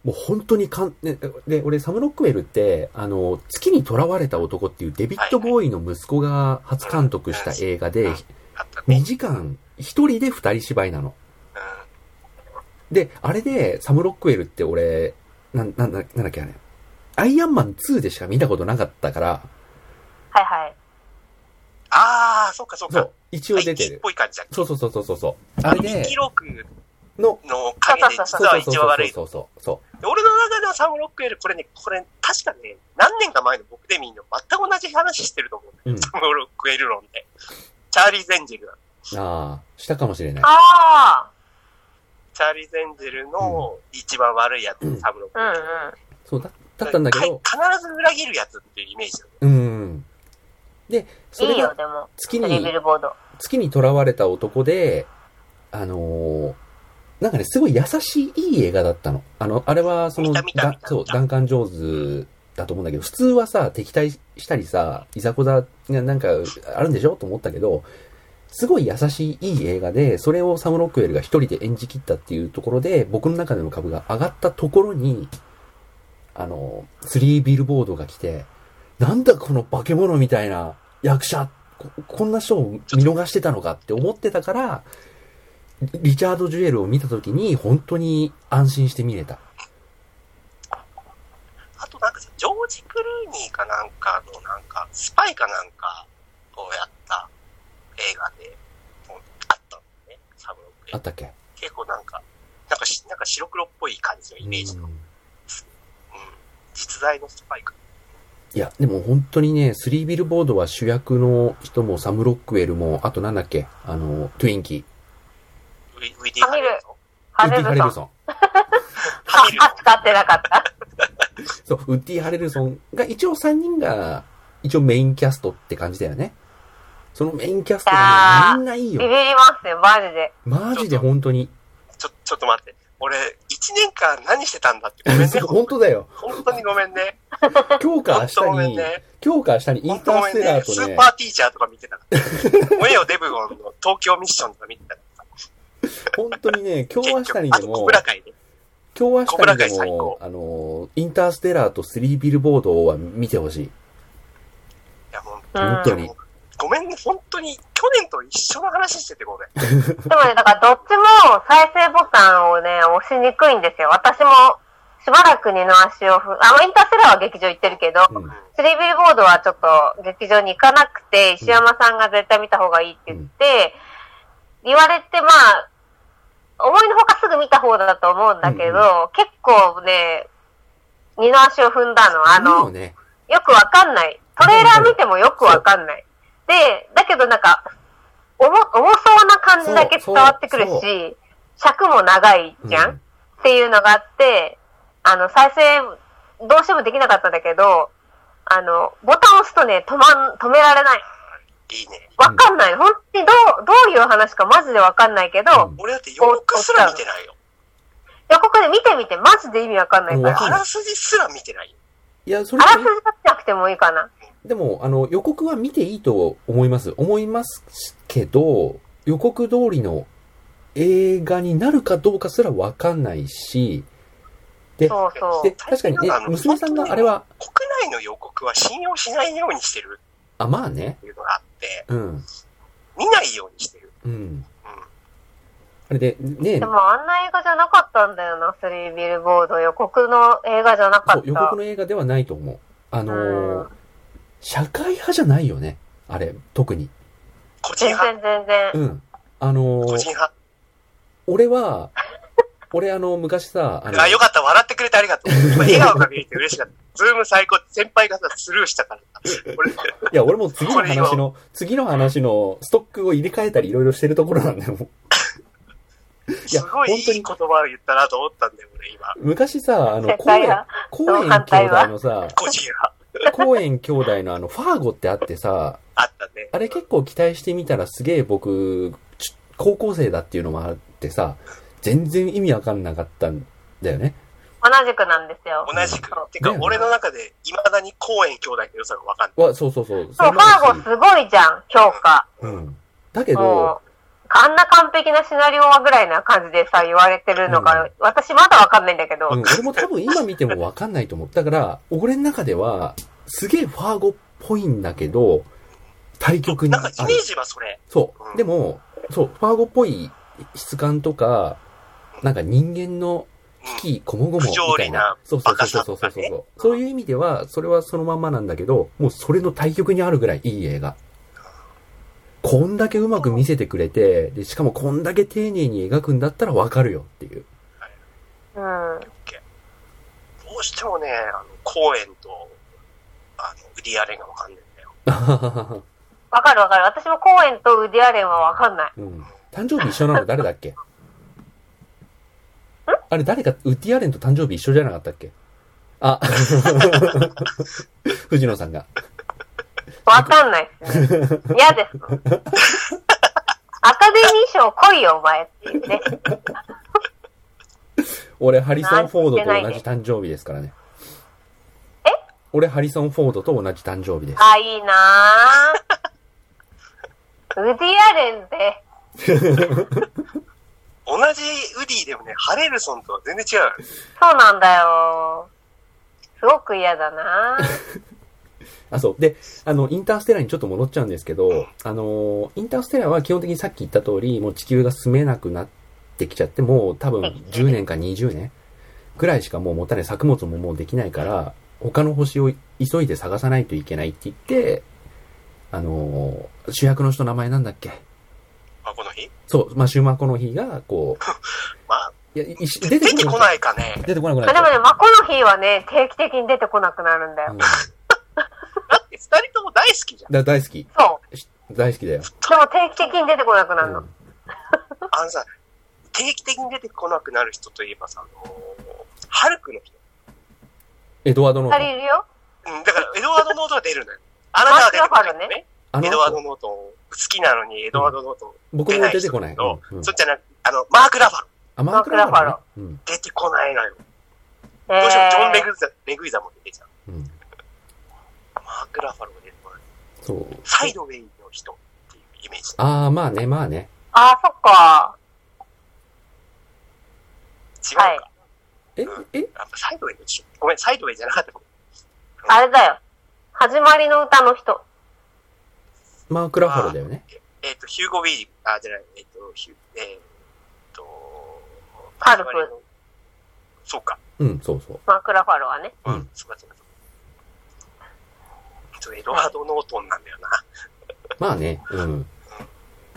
Speaker 1: もう本当にかん、ねで、俺、サム・ロックウェルって、あの、月に囚われた男っていうデビッド・ボーイの息子が初監督した映画で、
Speaker 3: あった
Speaker 1: 2
Speaker 3: ね。
Speaker 1: 時間、1人で2人芝居なの。
Speaker 3: うん。
Speaker 1: で、あれで、サム・ロックウェルって俺、なん、なんだ、なんだっけ、あれ。アイアンマン2でしか見たことなかったから、
Speaker 2: はいはい。
Speaker 3: あー、そっかそっ
Speaker 1: そ
Speaker 3: か
Speaker 1: う。、一応出て
Speaker 3: IT っ
Speaker 1: る。
Speaker 3: ぽい感じだっけ
Speaker 1: そうそうそうそうそう。あれ
Speaker 3: ミッキ
Speaker 1: で
Speaker 3: ー、ローク
Speaker 1: の、
Speaker 3: の影で
Speaker 1: そ
Speaker 3: 実
Speaker 1: う
Speaker 3: は
Speaker 1: そうそう
Speaker 3: 一番悪い。
Speaker 1: そうそうそう。
Speaker 3: 俺の中ではサム・ロックウェル、これね、これ、確かね、何年か前の僕で見るの全く同じ話してると思うんだ
Speaker 1: う
Speaker 3: よ。
Speaker 1: ん。
Speaker 3: サム・ロックウェル論で。チャーリー・ゼンジェルだ
Speaker 1: ああ、したかもしれない。
Speaker 2: あ
Speaker 3: チャーリー・ゼンジェルの一番悪いやつ、
Speaker 1: うん
Speaker 3: サム・ロック
Speaker 2: あ。う
Speaker 3: ウェル。
Speaker 2: んうん。
Speaker 1: そうだ、だったんだけど、
Speaker 3: か必ず裏切るやつっていうイメージだね
Speaker 1: うん。で、そ
Speaker 2: い
Speaker 1: れ
Speaker 2: いよ、
Speaker 1: が
Speaker 2: でも。
Speaker 1: 月
Speaker 2: スリービ
Speaker 1: に、
Speaker 2: ルボード。
Speaker 1: 月に囚われた男で、あのーなんかね、すごい優しいいい映画だったの。あの、あれは、その、
Speaker 3: 見た見た
Speaker 1: だ
Speaker 3: 見た
Speaker 1: そう、ダンカン・ジョーズだと思うんだけど、普通はさ、敵対したりさ、いざこざがなんかあるんでしょと思ったけど、すごい優しいいい映画で、それをサム・ロックウェルが一人で演じ切ったっていうところで、僕の中での株が上がったところに、あの、3ビルボードが来て、なんだこの化け物みたいな役者、ここんな人を見逃してたのかって思ってたから、リチャード・ジュエルを見たときに、本当に安心して見れた。
Speaker 3: あとなんかさ、ジョージ・クルーニーかなんかの、なんか、スパイかなんかをやった映画で、もうあったんだよね、サブロック
Speaker 1: あ
Speaker 3: で
Speaker 1: っ。たっけ
Speaker 3: 結構なんか、なんかし、なんか白黒っぽい感じのイメージの、
Speaker 1: う
Speaker 3: うんん、実在のスパイか。
Speaker 1: いや、でも本当にね、スリービルボードは主役の人もサム・ロックウェルも、あとなんだっけ、あの、トゥインキ
Speaker 3: ウィウィディ・ハレルの
Speaker 1: ー。
Speaker 2: ハレル
Speaker 1: ウッディ・ハレ
Speaker 2: ソ
Speaker 1: ル
Speaker 2: ン。
Speaker 1: ソン。
Speaker 3: ハレル
Speaker 2: あ、使ってなかった。
Speaker 1: そう、ウッディ・ハレルソンが一応3人が、一応メインキャストって感じだよね。そのメインキャストが
Speaker 2: あー
Speaker 1: ねみんないい
Speaker 2: ビビ
Speaker 1: よ。
Speaker 2: りますね、マジで。
Speaker 1: マジで本当に。
Speaker 3: ちょ、ちょっと待って。俺、一年間何してたんだって。ごめんね。
Speaker 1: 本当だよ。
Speaker 3: 本当にごめんね。
Speaker 1: 今日か
Speaker 3: 本当ご
Speaker 1: 明
Speaker 3: め
Speaker 1: 日
Speaker 3: ん
Speaker 1: に、
Speaker 3: ね。
Speaker 1: 今日か明日にイン
Speaker 3: 本
Speaker 1: タ
Speaker 3: 当ご
Speaker 1: ー
Speaker 3: め
Speaker 1: ス
Speaker 3: ん
Speaker 1: テラ
Speaker 3: ね。
Speaker 1: ー
Speaker 3: ス
Speaker 1: と
Speaker 3: ー
Speaker 1: ね
Speaker 3: パ、ーティーチャーとか見てたか ら。燃えよデブゴンの東京ミッションとか見てたから。
Speaker 1: 本当にね、今日明
Speaker 3: 結
Speaker 1: 日
Speaker 3: 局
Speaker 1: に、
Speaker 3: あ
Speaker 1: で
Speaker 3: と
Speaker 1: も
Speaker 3: 小、倉会で。
Speaker 1: 今日
Speaker 3: 小
Speaker 1: 明
Speaker 3: 倉
Speaker 1: 日に
Speaker 3: 会
Speaker 1: で
Speaker 3: 最
Speaker 1: も
Speaker 3: 高、
Speaker 1: あの、インターステラーとスリービルボードは見てほしい。
Speaker 3: いや、もう
Speaker 2: うん。
Speaker 1: 本当に。
Speaker 3: ごめんね。本当に、去年と一緒の話しててごめん。
Speaker 2: でもね、だからどっちも再生ボタンをね、押しにくいんですよ。私もしばらく二の足を踏む。あの、インターステラーは劇場行ってるけど、
Speaker 1: うん。
Speaker 2: スリービルボードはちょっと劇場に行かなくて、石山さんが絶対見た方がいいって言って、言われて、まあ、思いのほかすぐ見た方だと思うんだけ
Speaker 1: うん
Speaker 2: ど、結構ね、二の足を踏んだの。あ
Speaker 1: いい
Speaker 2: の
Speaker 1: よ、ね。
Speaker 2: よくわかんない。トレーラー見てもよくわかんない。で、だけどなんか、重、重そうな感じだけ伝わってくる
Speaker 1: そうそ
Speaker 2: し、尺も長いじゃん、
Speaker 1: うん
Speaker 2: っていうのがあって、あの、再生、どうしてもできなかったんだけど、あの、ボタンを押すとね、止まん、止められない。
Speaker 3: いいね。
Speaker 2: わかんない。本当にどう、どういう話かマジでわかんないけど、
Speaker 1: うん
Speaker 3: 俺だって予告すら見てないよ。
Speaker 2: 横から見てみて、マジで意味わかんないか
Speaker 1: うんわ
Speaker 2: ら。
Speaker 1: か
Speaker 3: あらすじすら見てないよ。
Speaker 1: いや、そ
Speaker 2: あ
Speaker 1: れ
Speaker 2: ら
Speaker 1: は
Speaker 2: すじ立てなくてもいいかな。
Speaker 1: でも、あの、予告は見ていいと思います。思いますけど、予告通りの映画になるかどうかすらわかんないし、で、
Speaker 2: そうそう
Speaker 1: で、。確かにね
Speaker 3: あ、の
Speaker 1: 娘さんがあれは、
Speaker 3: 国内の予告は信用しないようにしてる
Speaker 1: あ、まあね
Speaker 3: っ、ていうのがあって、
Speaker 1: うん、
Speaker 3: 見ないようにしてる。
Speaker 1: うん。
Speaker 3: うん。
Speaker 1: あれで、ね
Speaker 2: で、もあんな映画じゃなかったんだよな、スリービルボード。予告の映画じゃなか
Speaker 1: そ
Speaker 2: っ
Speaker 1: う
Speaker 2: た。
Speaker 1: 予告の映画ではないと思う。あのー
Speaker 2: うん
Speaker 1: 社会派じゃないよね、あれ、特に。
Speaker 3: 個人
Speaker 2: 全
Speaker 3: 派。
Speaker 2: 然全然。
Speaker 1: うん。あの
Speaker 3: 個
Speaker 1: ー
Speaker 3: 人派。
Speaker 1: 俺は、俺あの、昔さ、あの、
Speaker 3: あ、よかった。笑ってくれてありがと う。今笑顔が見れて嬉しかった。ズーム最高。先輩がさ、スルーしたからさ。俺、
Speaker 1: いや、俺も次の
Speaker 3: こ
Speaker 1: 話
Speaker 3: れ
Speaker 1: の、次の話のストックを入れ替えたりいろいろしてるところなんだよ、もう。
Speaker 3: すごいいい言葉を言ったなと思ったんだよ、俺今。
Speaker 1: 昔さ、あの、
Speaker 2: 絶
Speaker 1: 公
Speaker 2: 対
Speaker 1: 園
Speaker 2: や、
Speaker 1: 公園
Speaker 2: 同
Speaker 1: 兄
Speaker 2: 反対は
Speaker 1: 弟のさ、
Speaker 3: 個人派。
Speaker 1: 公園兄弟のあの、ファーゴってあってさ、
Speaker 3: あったね。
Speaker 1: あれ結構期待してみたらすげえ僕、ち高校生だっていうのもあってさ、全然意味わかんなかったんだよね。
Speaker 2: 同じくなんですよ。
Speaker 3: 同じく。て
Speaker 1: だよ
Speaker 3: か、
Speaker 1: ね
Speaker 3: 俺の中で、未だに公園兄弟の良さがわかんない。
Speaker 1: わ、そうそうそう。
Speaker 2: そう、ファーゴすごいじゃん、評価。
Speaker 1: ゴうん。だけど
Speaker 2: も、う、あんな完璧なシナリオはぐらいな感じでさ、言われてるのが、
Speaker 1: うん
Speaker 2: 私まだわかんないんだけど、
Speaker 1: うん、俺も多分今見てもわかんないと思う。だから、俺の中では、すげえファーゴっぽいんだけど、対極に
Speaker 3: な
Speaker 1: あ
Speaker 3: ん
Speaker 1: る
Speaker 3: か、。イメージはそれ。
Speaker 1: そうう。
Speaker 3: ん
Speaker 1: でも、そう、ファーゴっぽい質感とか、なんか人間の
Speaker 3: うん。
Speaker 1: きこもごもみたいな。そうそうそうそうそうそうそう。そういう意味では、それはそのまんまなんだけど、もうそれの対極にあるぐらいいい映画。こんだけうまく見せてくれて、で、しかもこんだけ丁寧に描くんだったらわかるよっていう。
Speaker 2: うん。
Speaker 3: どうしてもね、あの、公園と、あの、売り荒れがわかんないんだよ。
Speaker 2: わかるわかる。私もコーエンとウディアレンはわかんない。
Speaker 1: うん。誕生日一緒なの誰だっけあれ誰か、ウッディアレンと誕生日一緒じゃなかったっけあ、 藤野さんが。
Speaker 2: わか んないっすね。嫌です。アカデミー賞来いよ、お前っていうね。
Speaker 1: 俺、ハリソン・フォードと同じ誕生日ですからね。
Speaker 2: え
Speaker 1: 俺、ハリソン・フォードと同じ誕生日です。
Speaker 2: あ、いいなぁ。ウディアレンって、
Speaker 3: 同じウディでもね、ハレルソンとは全然違うよね。
Speaker 2: そうなんだよ。すごく嫌だな。
Speaker 1: あ、そう。で、あの、インターステラーにちょっと戻っちゃうんですけど、あの、インターステラーは基本的にさっき言った通り、もう地球が住めなくなってきちゃって、もう多分10年か20年ぐらいしかもう持たない作物ももうできないから、他の星を急いで探さないといけないって言って、あの、主役の人名前なんだっけ
Speaker 3: まあ、この日
Speaker 1: そう、まあ、シューマコの日が、こ
Speaker 3: まあ、
Speaker 1: う、いや、いし
Speaker 3: 出てこないかね。
Speaker 1: 出てこない。出てこない。
Speaker 2: あでもね、マコの日はね、定期的に出てこなくなるんだ
Speaker 1: う
Speaker 2: よ
Speaker 1: ん。
Speaker 3: だって二人とも大好きじゃん。
Speaker 1: だ大好き。
Speaker 2: そ
Speaker 1: 大好きだよ。
Speaker 2: う。でも定期的に出てこなくなるの。
Speaker 3: あのさ、定期的に出てこなくなる人といえばさ、あのーハルクの人。
Speaker 1: エドワードの、
Speaker 2: 二人いるよ。
Speaker 3: うん、だから、エドワード・ノートが出る のよ。あなたは出てこないよね。
Speaker 1: あ
Speaker 3: エドワー
Speaker 1: の
Speaker 3: ド・、ノート、好きなのにエドワード・ノート、
Speaker 1: 僕も出てこない。
Speaker 3: の
Speaker 1: うんうん
Speaker 3: そっちじゃなく、あの、マーク・ラファロ
Speaker 1: あ、マーク・ラファローね。
Speaker 3: 出てこないのよ。
Speaker 2: え
Speaker 3: どうしよう、ジョン・レ
Speaker 2: ー
Speaker 3: グザ、レグイザも出てきた。
Speaker 1: うん。うん。
Speaker 3: マーク・ラファローが出てこない。
Speaker 1: そう。
Speaker 3: サイドウェイの人っていうイメージ。
Speaker 1: ああ、まあね、まあね。
Speaker 2: あ、そっか。
Speaker 3: 違うか。
Speaker 2: はい
Speaker 1: え、え、
Speaker 3: やっぱサイドウェイの人。ごめん、サイドウェイじゃなかった。
Speaker 2: あれだよ。始まりの歌の人。
Speaker 1: マーク・ラファローだよね。
Speaker 3: えっ、と、ヒューゴ・ウィー、あ、じゃない、えっ、と、ヒュー、えっ、と、
Speaker 2: ハルク
Speaker 3: そうか。
Speaker 1: うん、そうそう。
Speaker 2: マーク・ラファロはね。
Speaker 1: うん
Speaker 3: うん、そうか、そうか。えっと、エドワード・ノートンなんだよな。
Speaker 1: まあね、うん。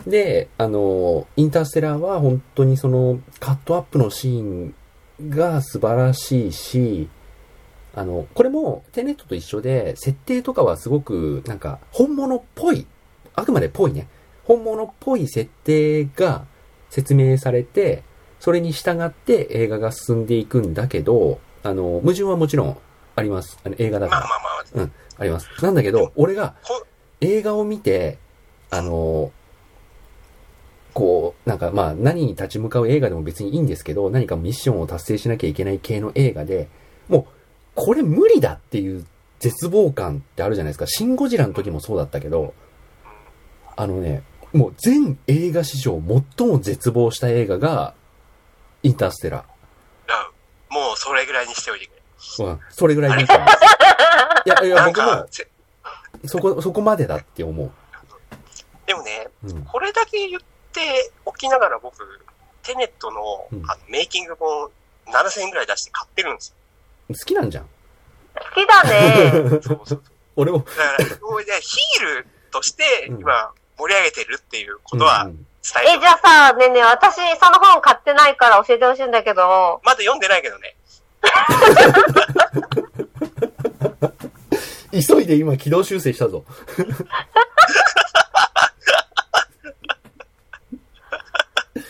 Speaker 1: で、あの、インターステラーは本当にその、カットアップのシーンが素晴らしいし、あの、これも、テネットと一緒で、設定とかはすごく、なんか、本物っぽい、あくまでぽいね。本物っぽい設定が説明されて、それに従って映画が進んでいくんだけど、あの、矛盾はもちろんあります。あの映画だ
Speaker 3: ま
Speaker 1: か
Speaker 3: あ
Speaker 1: ら
Speaker 3: ま。あまあ、
Speaker 1: あります。なんだけど、俺が
Speaker 3: こ
Speaker 1: 映画を見て、あの、こう、なんかまあ何に立ち向かう映画でも別にいいんですけど、何かミッションを達成しなきゃいけない系の映画で、もう、これ無理だっていう絶望感ってあるじゃないですか。シン・ゴジラの時もそうだったけど、あのね、もう全映画史上最も絶望した映画が、インターステラー。
Speaker 3: うんもうそれぐらいにしておいてくれ。
Speaker 1: うん、それぐらいでいいと思いますい や、いや、
Speaker 3: なん
Speaker 1: 僕も、、
Speaker 3: か
Speaker 1: そこ、そこまでだって思う。
Speaker 3: でもね、
Speaker 1: うん。
Speaker 3: これだけ言っておきながら僕、テネットの
Speaker 1: うん
Speaker 3: あのメイキング本7000円ぐらい出して買ってるんです
Speaker 1: 好きなんじゃん。
Speaker 2: 好きだね。
Speaker 3: よ。そうそう
Speaker 1: 俺も。
Speaker 3: だから、もうねヒールとして
Speaker 1: うん
Speaker 3: 今盛り上げてるっていうこ
Speaker 1: うん
Speaker 3: とは
Speaker 1: うん
Speaker 3: 伝えて
Speaker 2: え、
Speaker 3: る
Speaker 2: じゃあさ、ねえねえ、私、その本買ってないから教えてほしいんだけど、
Speaker 3: まだ読んでないけどね。
Speaker 1: 急いで今軌道修正したぞ。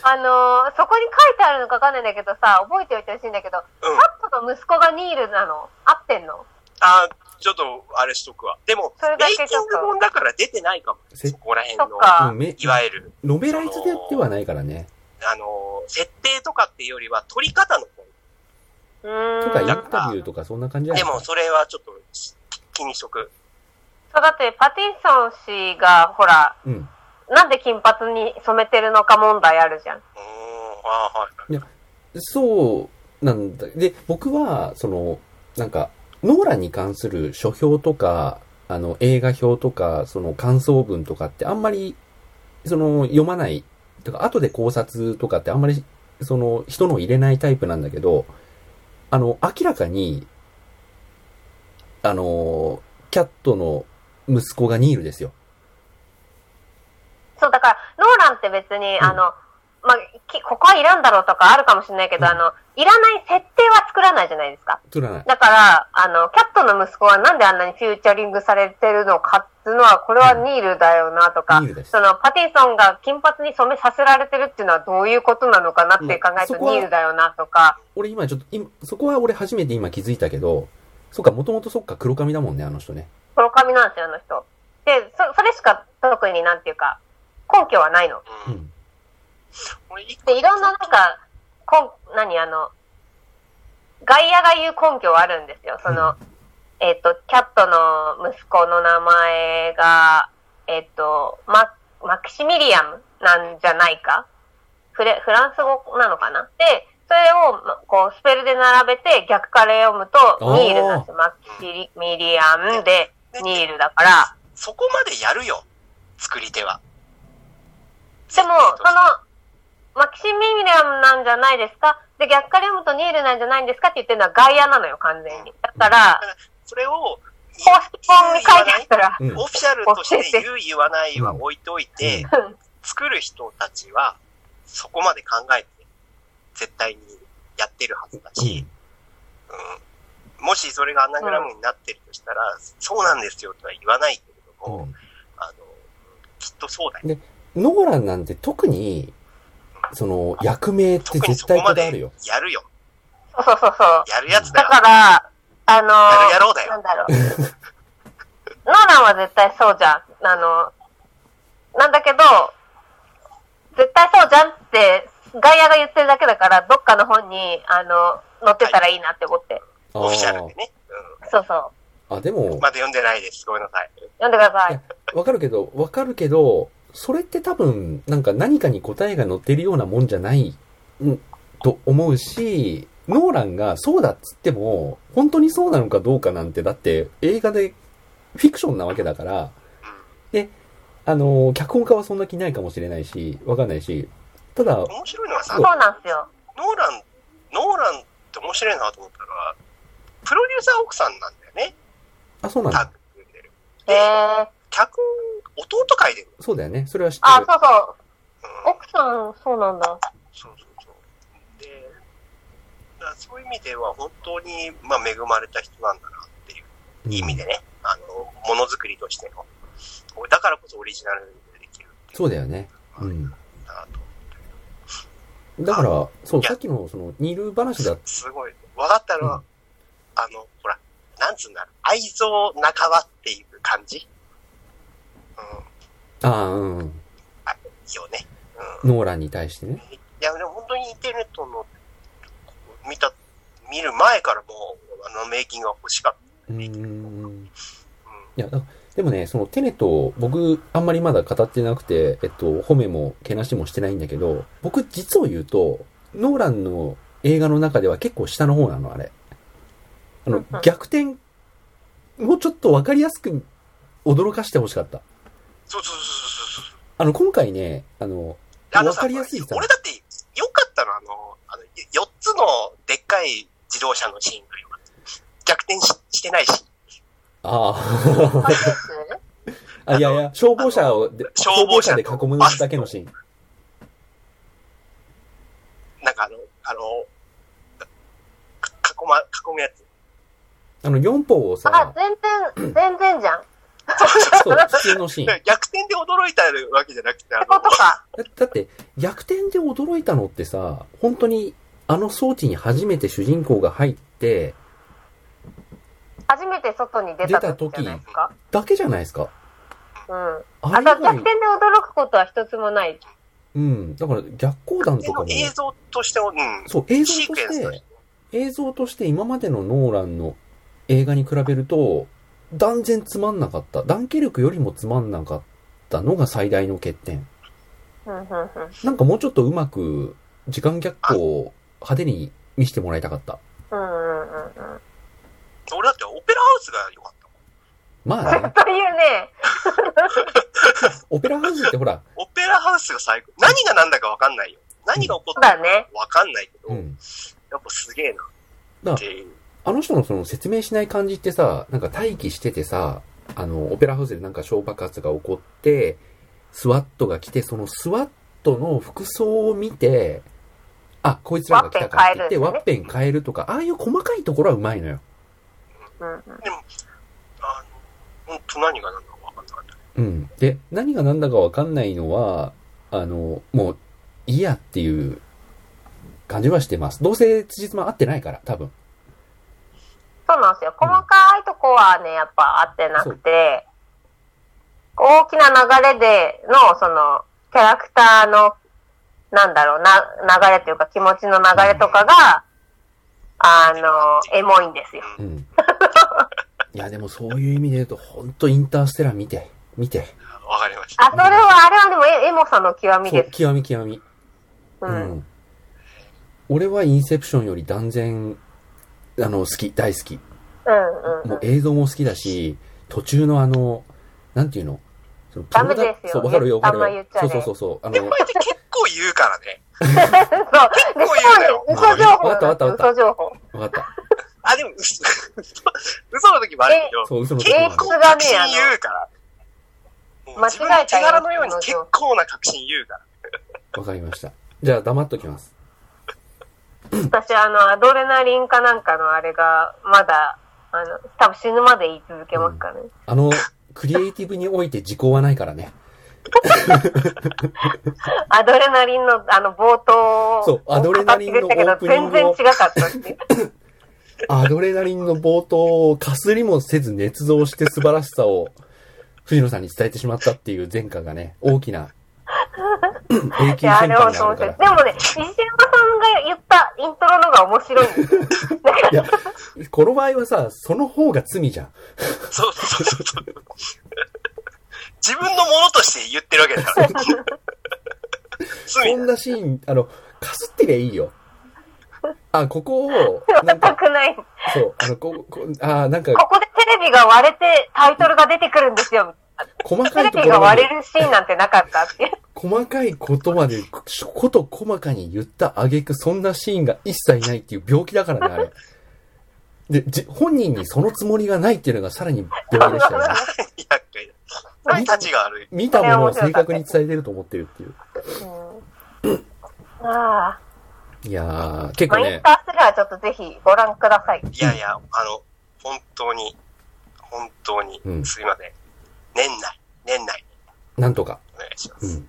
Speaker 2: あのーそこに書いてあるのかわかんないんだけどさ、覚えておいてほしいんだけど、
Speaker 3: うん。
Speaker 2: パットの息子がニールなの合ってんの
Speaker 3: あーちょっと、あれしとくわ。でも
Speaker 2: それ、だ
Speaker 3: メ
Speaker 2: け
Speaker 3: イ
Speaker 2: ちょっ
Speaker 3: キ
Speaker 2: と
Speaker 3: ング本だから出てないかも。
Speaker 1: せ
Speaker 3: そこら辺
Speaker 2: そ
Speaker 3: の
Speaker 2: っ、か。
Speaker 1: うんめ
Speaker 3: いわゆる、
Speaker 1: ノベライズでやってはないからね。
Speaker 3: あのー、設定とかっていうよりは、撮り方の本。
Speaker 2: うーん。
Speaker 1: とか、イン
Speaker 3: やっ
Speaker 1: タビューとかそんな感じじゃない
Speaker 3: でも、それはちょっと気にしとく。
Speaker 2: そうだって、パティソン氏が、ほら、
Speaker 1: うん。
Speaker 2: なんで金髪に染めてるのか問題あるじゃん。
Speaker 3: うーん、あーはい。
Speaker 1: そうなんだ。で、僕は、その、なんか、ノーランに関する書評とか、あの、映画表とか、その感想文とかってあんまり、その、読まない、とか、後で考察とかってあんまり、その、人のを入れないタイプなんだけど、あの、明らかに、あの、キャットの息子がニールですよ。
Speaker 2: そう、だから、ノーランって別に、
Speaker 1: うん
Speaker 2: あの、まあ、きここはいらんだろうとかあるかもしれないけど、
Speaker 1: うん
Speaker 2: あの、いらない設定は作らないじゃないですか。
Speaker 1: つらない。
Speaker 2: だから、あの、キャットの息子はなんであんなにフューチャリングされてるのかっていうのは、これはニールだよなとか、
Speaker 1: ニールです
Speaker 2: そ。の、パティソンが金髪に染めさせられてるっていうのはどういうことなのかなって考えると
Speaker 1: うんそこは
Speaker 2: ニールだよなとか、
Speaker 1: 俺今ちょっと、今、そこは俺初めて今気づいたけど、そっか、もともとそっか黒髪だもんね、あの人ね。
Speaker 2: 黒髪なんですよ、あの人。で、そ、それしか特になんていうか、根拠はないの。
Speaker 1: う
Speaker 3: うん
Speaker 1: ん。
Speaker 3: これ一個
Speaker 2: で、いろんななんか、こん、何あの、外野が言う根拠はあるんですよ。その、えっ、と、キャットの息子の名前が、えっ、と、マッマクシミリアムなんじゃないかフレフランス語なのかなで、それを、まこう、スペルで並べて逆から読むと、
Speaker 1: あー
Speaker 2: ニールなんですよ。マクシミリアムで、ニールだから。
Speaker 3: そこまでやるよ。作り手は。
Speaker 2: でも、その、マキシミリアムなんじゃないですかで、逆から読むとニールなんじゃないんですかって言ってるのは外野なのよ、完全に。だから、
Speaker 3: それを、
Speaker 2: 公式本に書いてあったら、
Speaker 1: うん。
Speaker 3: オフィシャルとして言う言わないは置いといて、作る人たちはそこまで考えて絶対にやってるはずだし、うん、もしそれがアナグラムになってるとしたら、そうなんですよとは言わないけれども、
Speaker 1: うん
Speaker 3: あの、きっとそうだよ。
Speaker 1: ノーランなんて特に、その、役名って
Speaker 3: 特に
Speaker 1: 絶
Speaker 3: そこ
Speaker 1: 対
Speaker 3: ま
Speaker 1: こだわる
Speaker 3: で
Speaker 1: よ。
Speaker 3: やるよ。
Speaker 2: そうそうそうそう。
Speaker 3: やるやつだ
Speaker 2: だ
Speaker 3: よ。
Speaker 2: から、あの
Speaker 3: やるやろうだ
Speaker 2: なん
Speaker 3: よ。
Speaker 2: だろ う。ノーランは絶対そうじゃん。あの、なんだけど、絶対そうじゃんって、外野が言ってるだけだから、どっかの本に、あの、載ってたらいいなって思って。
Speaker 3: オフィシャ
Speaker 1: あ
Speaker 3: ルでね。
Speaker 2: そうそう。
Speaker 1: ーあ、で
Speaker 3: うん。
Speaker 1: も、
Speaker 3: まだ読んでないです。ごめんなさい。
Speaker 2: 読んでくださ
Speaker 1: いや
Speaker 2: い。
Speaker 1: わかるけど、わかるけど、それって多分、なんか何かに答えが載ってるようなもんじゃない、んと思うし、ノーランがそうだっつっても、本当にそうなのかどうかなんて、だって映画でフィクションなわけだから、で、あの、脚本家はそんな気ないかもしれないし、わかんないし、ただ、
Speaker 3: 面白いのはさ
Speaker 2: そう、なんですよ。
Speaker 3: ノーラン、ノーランって面白いなと思ったのは、プロデューサー奥さんなんだよね。
Speaker 1: あ、そうなん
Speaker 3: タッ
Speaker 1: だ。
Speaker 3: グ組んでる。
Speaker 2: へえ。
Speaker 3: 脚本、弟書いてる。
Speaker 1: そうだよね。それは知って
Speaker 2: あ
Speaker 1: る、。
Speaker 2: そうそう。
Speaker 3: うん。
Speaker 2: 奥さん、そうなんだ。
Speaker 3: そうそうそう。で、だからそういう意味では本当に、まあ、恵まれた人なんだなっていう
Speaker 1: うん
Speaker 3: 意味でね、あの、ものづくりとしての。だからこそオリジナルでできるっていう
Speaker 1: そうだよね。うん。
Speaker 3: んだなと。
Speaker 1: だから、そう、
Speaker 3: いや
Speaker 1: さっきの、その、ニル話だ。
Speaker 3: すごい。分かったのは、
Speaker 1: うん
Speaker 3: あの、ほら、なんつうんだろう。愛憎仲間っていう感じ。うん。
Speaker 1: ああ、うん。
Speaker 3: よね。うん。
Speaker 1: ノーランに対してね。
Speaker 3: いや、でも本当にインターネットの、見た、見る前からもう、あの、メイキングが欲しかっ
Speaker 1: うーん。
Speaker 3: た。うん。
Speaker 1: いや、だでもね、そのテネと僕、あんまりまだ語ってなくて、えっと、褒めも、けなしもしてないんだけど、僕、実を言うと、ノーランの映画の中では結構下の方なの、あれ。あの、逆転、もうちょっとわかりやすく驚かしてほしかった。
Speaker 3: そうそうそうそうそう。
Speaker 1: あの、今回ね、あの、
Speaker 3: あのさ
Speaker 1: わかりやすいさ
Speaker 3: 俺だって、よかったの、あの、あの4つのでっかい自動車のシーンがよかった。逆転ししてないし、
Speaker 1: あ
Speaker 2: あそう
Speaker 1: あ、あ、いやいや、消防車をで、
Speaker 3: 消防車
Speaker 1: で囲むだけのシーン。
Speaker 3: なんかあの、あの、か囲ま、囲むやつ。
Speaker 1: あの、4方を
Speaker 2: あ
Speaker 1: さ、、
Speaker 2: 全然、全然じゃん。っ
Speaker 1: そう、普通のシーン。
Speaker 3: 逆転で驚いたわけじゃなくて、あ
Speaker 2: て
Speaker 3: の、
Speaker 2: ことか。
Speaker 1: だだって、逆転で驚いたのってさ、本当に、あの装置に初めて主人公が入って、
Speaker 2: 初めて外に出た時じゃないですか。
Speaker 1: だけじゃないですか。
Speaker 2: うん。
Speaker 1: あ
Speaker 2: あ、
Speaker 1: れ
Speaker 2: だ
Speaker 1: 以
Speaker 2: から逆
Speaker 1: 外
Speaker 2: 転、で驚くことは一つもない。
Speaker 1: うん。だから逆光弾とかも、
Speaker 3: 映像としては、うん、
Speaker 1: そう、映像
Speaker 3: シー
Speaker 1: と
Speaker 3: クエンスとし
Speaker 1: して
Speaker 3: て、。
Speaker 1: 映像として今までのノーランの映画に比べると、断然つまんなかった。ダンケルクよりもつまんなかったのが最大の欠点。
Speaker 2: うんうんうん。
Speaker 1: なんかもうちょっとうまく、時間逆光を派手に見せてもらいたかった。
Speaker 2: うんうんうんうん。
Speaker 3: 俺だってオペラハウスが良かったもん。
Speaker 1: まあ ね、
Speaker 2: というね、
Speaker 1: オペラハウスってほら、
Speaker 3: オペラハウスが最高。何が何だかわかんないよ。何が起
Speaker 2: そ
Speaker 3: こ
Speaker 2: う
Speaker 3: った
Speaker 2: だ
Speaker 3: か
Speaker 2: ね。
Speaker 3: わかんないけど、
Speaker 1: うん。
Speaker 3: やっぱすげえなっていう。
Speaker 1: あの人のその説明しない感じってさ、なんか待機しててさ、あの、オペラハウスでなんか小爆発が起こって、スワットが来て、そのスワットの服装を見て、あ、こいつらが来たかって言って、ワ
Speaker 2: ワ
Speaker 1: ッ
Speaker 2: ッ
Speaker 1: ペン変えるとか、ああいう細かいところはうまいのよ。
Speaker 2: うんうん。
Speaker 3: あの、本当何が何だかわかんなかった。
Speaker 1: うん。で、何が何だかわかんないのは、あの、もう、いいやっていう感じはしてます。どうせ辻褄合ってないから、多分。
Speaker 2: そうなんですよ。細かいとこはね、やっぱ合ってなくて、大きな流れでの、その、キャラクターの、なんだろうな、流れというか気持ちの流れとかが、あの、エモいんですよ。
Speaker 1: うん。いや、でもそういう意味で言うと、ほんとインターステラ見て、見て。
Speaker 3: わかりました。
Speaker 2: あ、それは、あれはでもエ、エモさの極み
Speaker 1: そう
Speaker 2: です。
Speaker 1: 極み極み。
Speaker 2: う。
Speaker 1: うんん。俺はインセプションより断然、あの、好き、大好き。
Speaker 2: うん、うん
Speaker 1: もう。映像も好きだし、途中のあの、なんていうのその
Speaker 2: ダメですよ
Speaker 1: そう、わかるよ、わか
Speaker 2: あんま
Speaker 1: る
Speaker 2: 言っ
Speaker 1: よ。
Speaker 2: ちゃ
Speaker 1: そう
Speaker 2: ね
Speaker 1: そうそうそう。あ
Speaker 3: 先
Speaker 1: の、
Speaker 3: 輩って結構言うからね。
Speaker 2: そう。で、
Speaker 3: こういうのよ
Speaker 2: そうね嘘情報
Speaker 1: わかったわかったわか
Speaker 2: 嘘情報。
Speaker 1: わかった。
Speaker 3: あ、でも嘘、 嘘嘘の時もあるけ
Speaker 1: そ
Speaker 3: ど、
Speaker 1: う、嘘の
Speaker 3: 結
Speaker 1: 時もある
Speaker 3: 構
Speaker 2: が
Speaker 3: 確
Speaker 2: ねあの
Speaker 3: 信言うから。もう
Speaker 2: 間違
Speaker 3: 自分の
Speaker 2: えた
Speaker 3: 手
Speaker 2: よ
Speaker 3: 柄のように結構な確信言うから。
Speaker 1: わかりました。じゃあ黙っときます。
Speaker 2: 私、あの、アドレナリンかなんかのあれが、まだ、あの、多分死ぬまで言い続けますからね。
Speaker 1: あの、クリエイティブにおいて時効はないからね。
Speaker 2: アドレナリンの、あの、冒頭
Speaker 1: そうアドレナリンのオープニ ングを
Speaker 2: 全然違かったっていう。
Speaker 1: アドレナリンの冒頭をかすりもせず捏造して素晴らしさを藤野さんに伝えてしまったっていう前科がね、大 きな永
Speaker 2: い
Speaker 1: 久
Speaker 2: や、あ
Speaker 1: 戦
Speaker 2: れは
Speaker 1: 犯
Speaker 2: 面
Speaker 1: になるか
Speaker 2: 白い。で
Speaker 1: ら。
Speaker 2: もね、石山さんが言ったイントロのが面白いんですよ。
Speaker 1: いや、この場合はさ、その方が罪じゃん。
Speaker 3: そうそうそうそう。自分のものとして言ってるわけだから。罪
Speaker 1: そ
Speaker 3: だ
Speaker 1: んなシーン、あの、かすってりゃいいよ。あ、ここを、 なん
Speaker 2: 全
Speaker 1: か、
Speaker 2: くない。こ
Speaker 1: そう、あの、こ、こあー、なんか、
Speaker 2: こでテレビが割れてタイトルが出てくるんですよ。
Speaker 1: 細
Speaker 2: テ
Speaker 1: かい
Speaker 2: レ
Speaker 1: とこ
Speaker 2: ビが
Speaker 1: ろま
Speaker 2: 割
Speaker 1: で
Speaker 2: れ、るシーンなんてなかったっていう。
Speaker 1: 細かいことまで、こと細かに言った挙句、そんなシーンが一切ないっていう病気だからね、あれ。で、じ、本人にそのつもりがないっていうのがさらに病気でしたよ ね。
Speaker 3: いや、何たちが悪い。
Speaker 1: 見たものを正確に伝えてると思ってるっていう。
Speaker 2: うん、 ああ、
Speaker 1: いやー、結
Speaker 2: マ
Speaker 1: 構
Speaker 2: イ
Speaker 1: ね
Speaker 2: ン、タースラーちょっとぜひご覧ください。
Speaker 3: いやいや、あの、本当に、本当に
Speaker 1: う、ん
Speaker 3: すいません。年内、年内、
Speaker 1: なんとか。
Speaker 3: お願いしま
Speaker 1: う
Speaker 3: す。
Speaker 1: ん。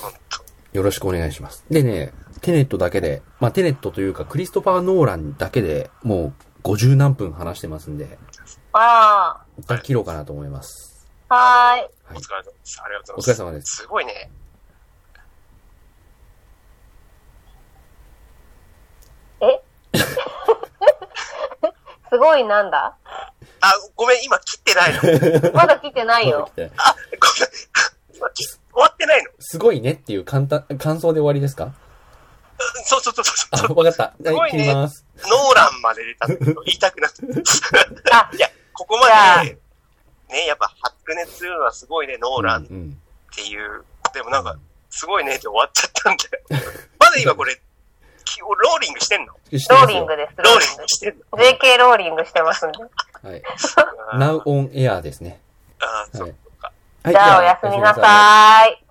Speaker 3: 本当。
Speaker 1: よろしくお願いします。でね、テネットだけで、まあ、テネットというかクリストファー・ノーランだけでもう50何分話してますんで、
Speaker 2: あ
Speaker 1: 一旦切ろうかなと思います。
Speaker 2: あ、はーい。
Speaker 1: は
Speaker 3: お
Speaker 1: い。
Speaker 3: 疲れ様です。ありがと
Speaker 1: お
Speaker 3: うご
Speaker 1: 疲れ
Speaker 3: ざいます。
Speaker 1: 様です。
Speaker 3: すごいね。
Speaker 2: すごいなんだ
Speaker 3: あ、ごめん、今切ってないの。ごめん。
Speaker 2: まだ来てな いよ。
Speaker 3: 今切終わってないの。
Speaker 1: すごいねっていう簡単、感想で終わりですか
Speaker 3: うんそうそうそうそう
Speaker 1: あ
Speaker 3: そう。、
Speaker 1: わかった。
Speaker 3: すご
Speaker 1: はい、
Speaker 3: い
Speaker 1: 切
Speaker 3: ね
Speaker 1: ります。
Speaker 3: ノーランまで出たんだけど、言いたくなくて。
Speaker 2: あ、
Speaker 3: いや、ここまで、ね、やっぱ白熱するのはすごいね、ノーランっ
Speaker 1: うんうん。
Speaker 3: ていう。でもなんか、すごいねって終わっちゃったんだよ。まだ今これ、きローリングしてん
Speaker 1: ロ
Speaker 3: の
Speaker 2: ローリングです。
Speaker 3: ローリングしてんの
Speaker 2: リング。JK ローリングしてますんで。
Speaker 1: はい。
Speaker 3: あ
Speaker 1: Now on air ですね。
Speaker 3: あ、そう
Speaker 1: はい。はい
Speaker 2: じゃあおやすみな
Speaker 1: じゃあおや
Speaker 2: さーい。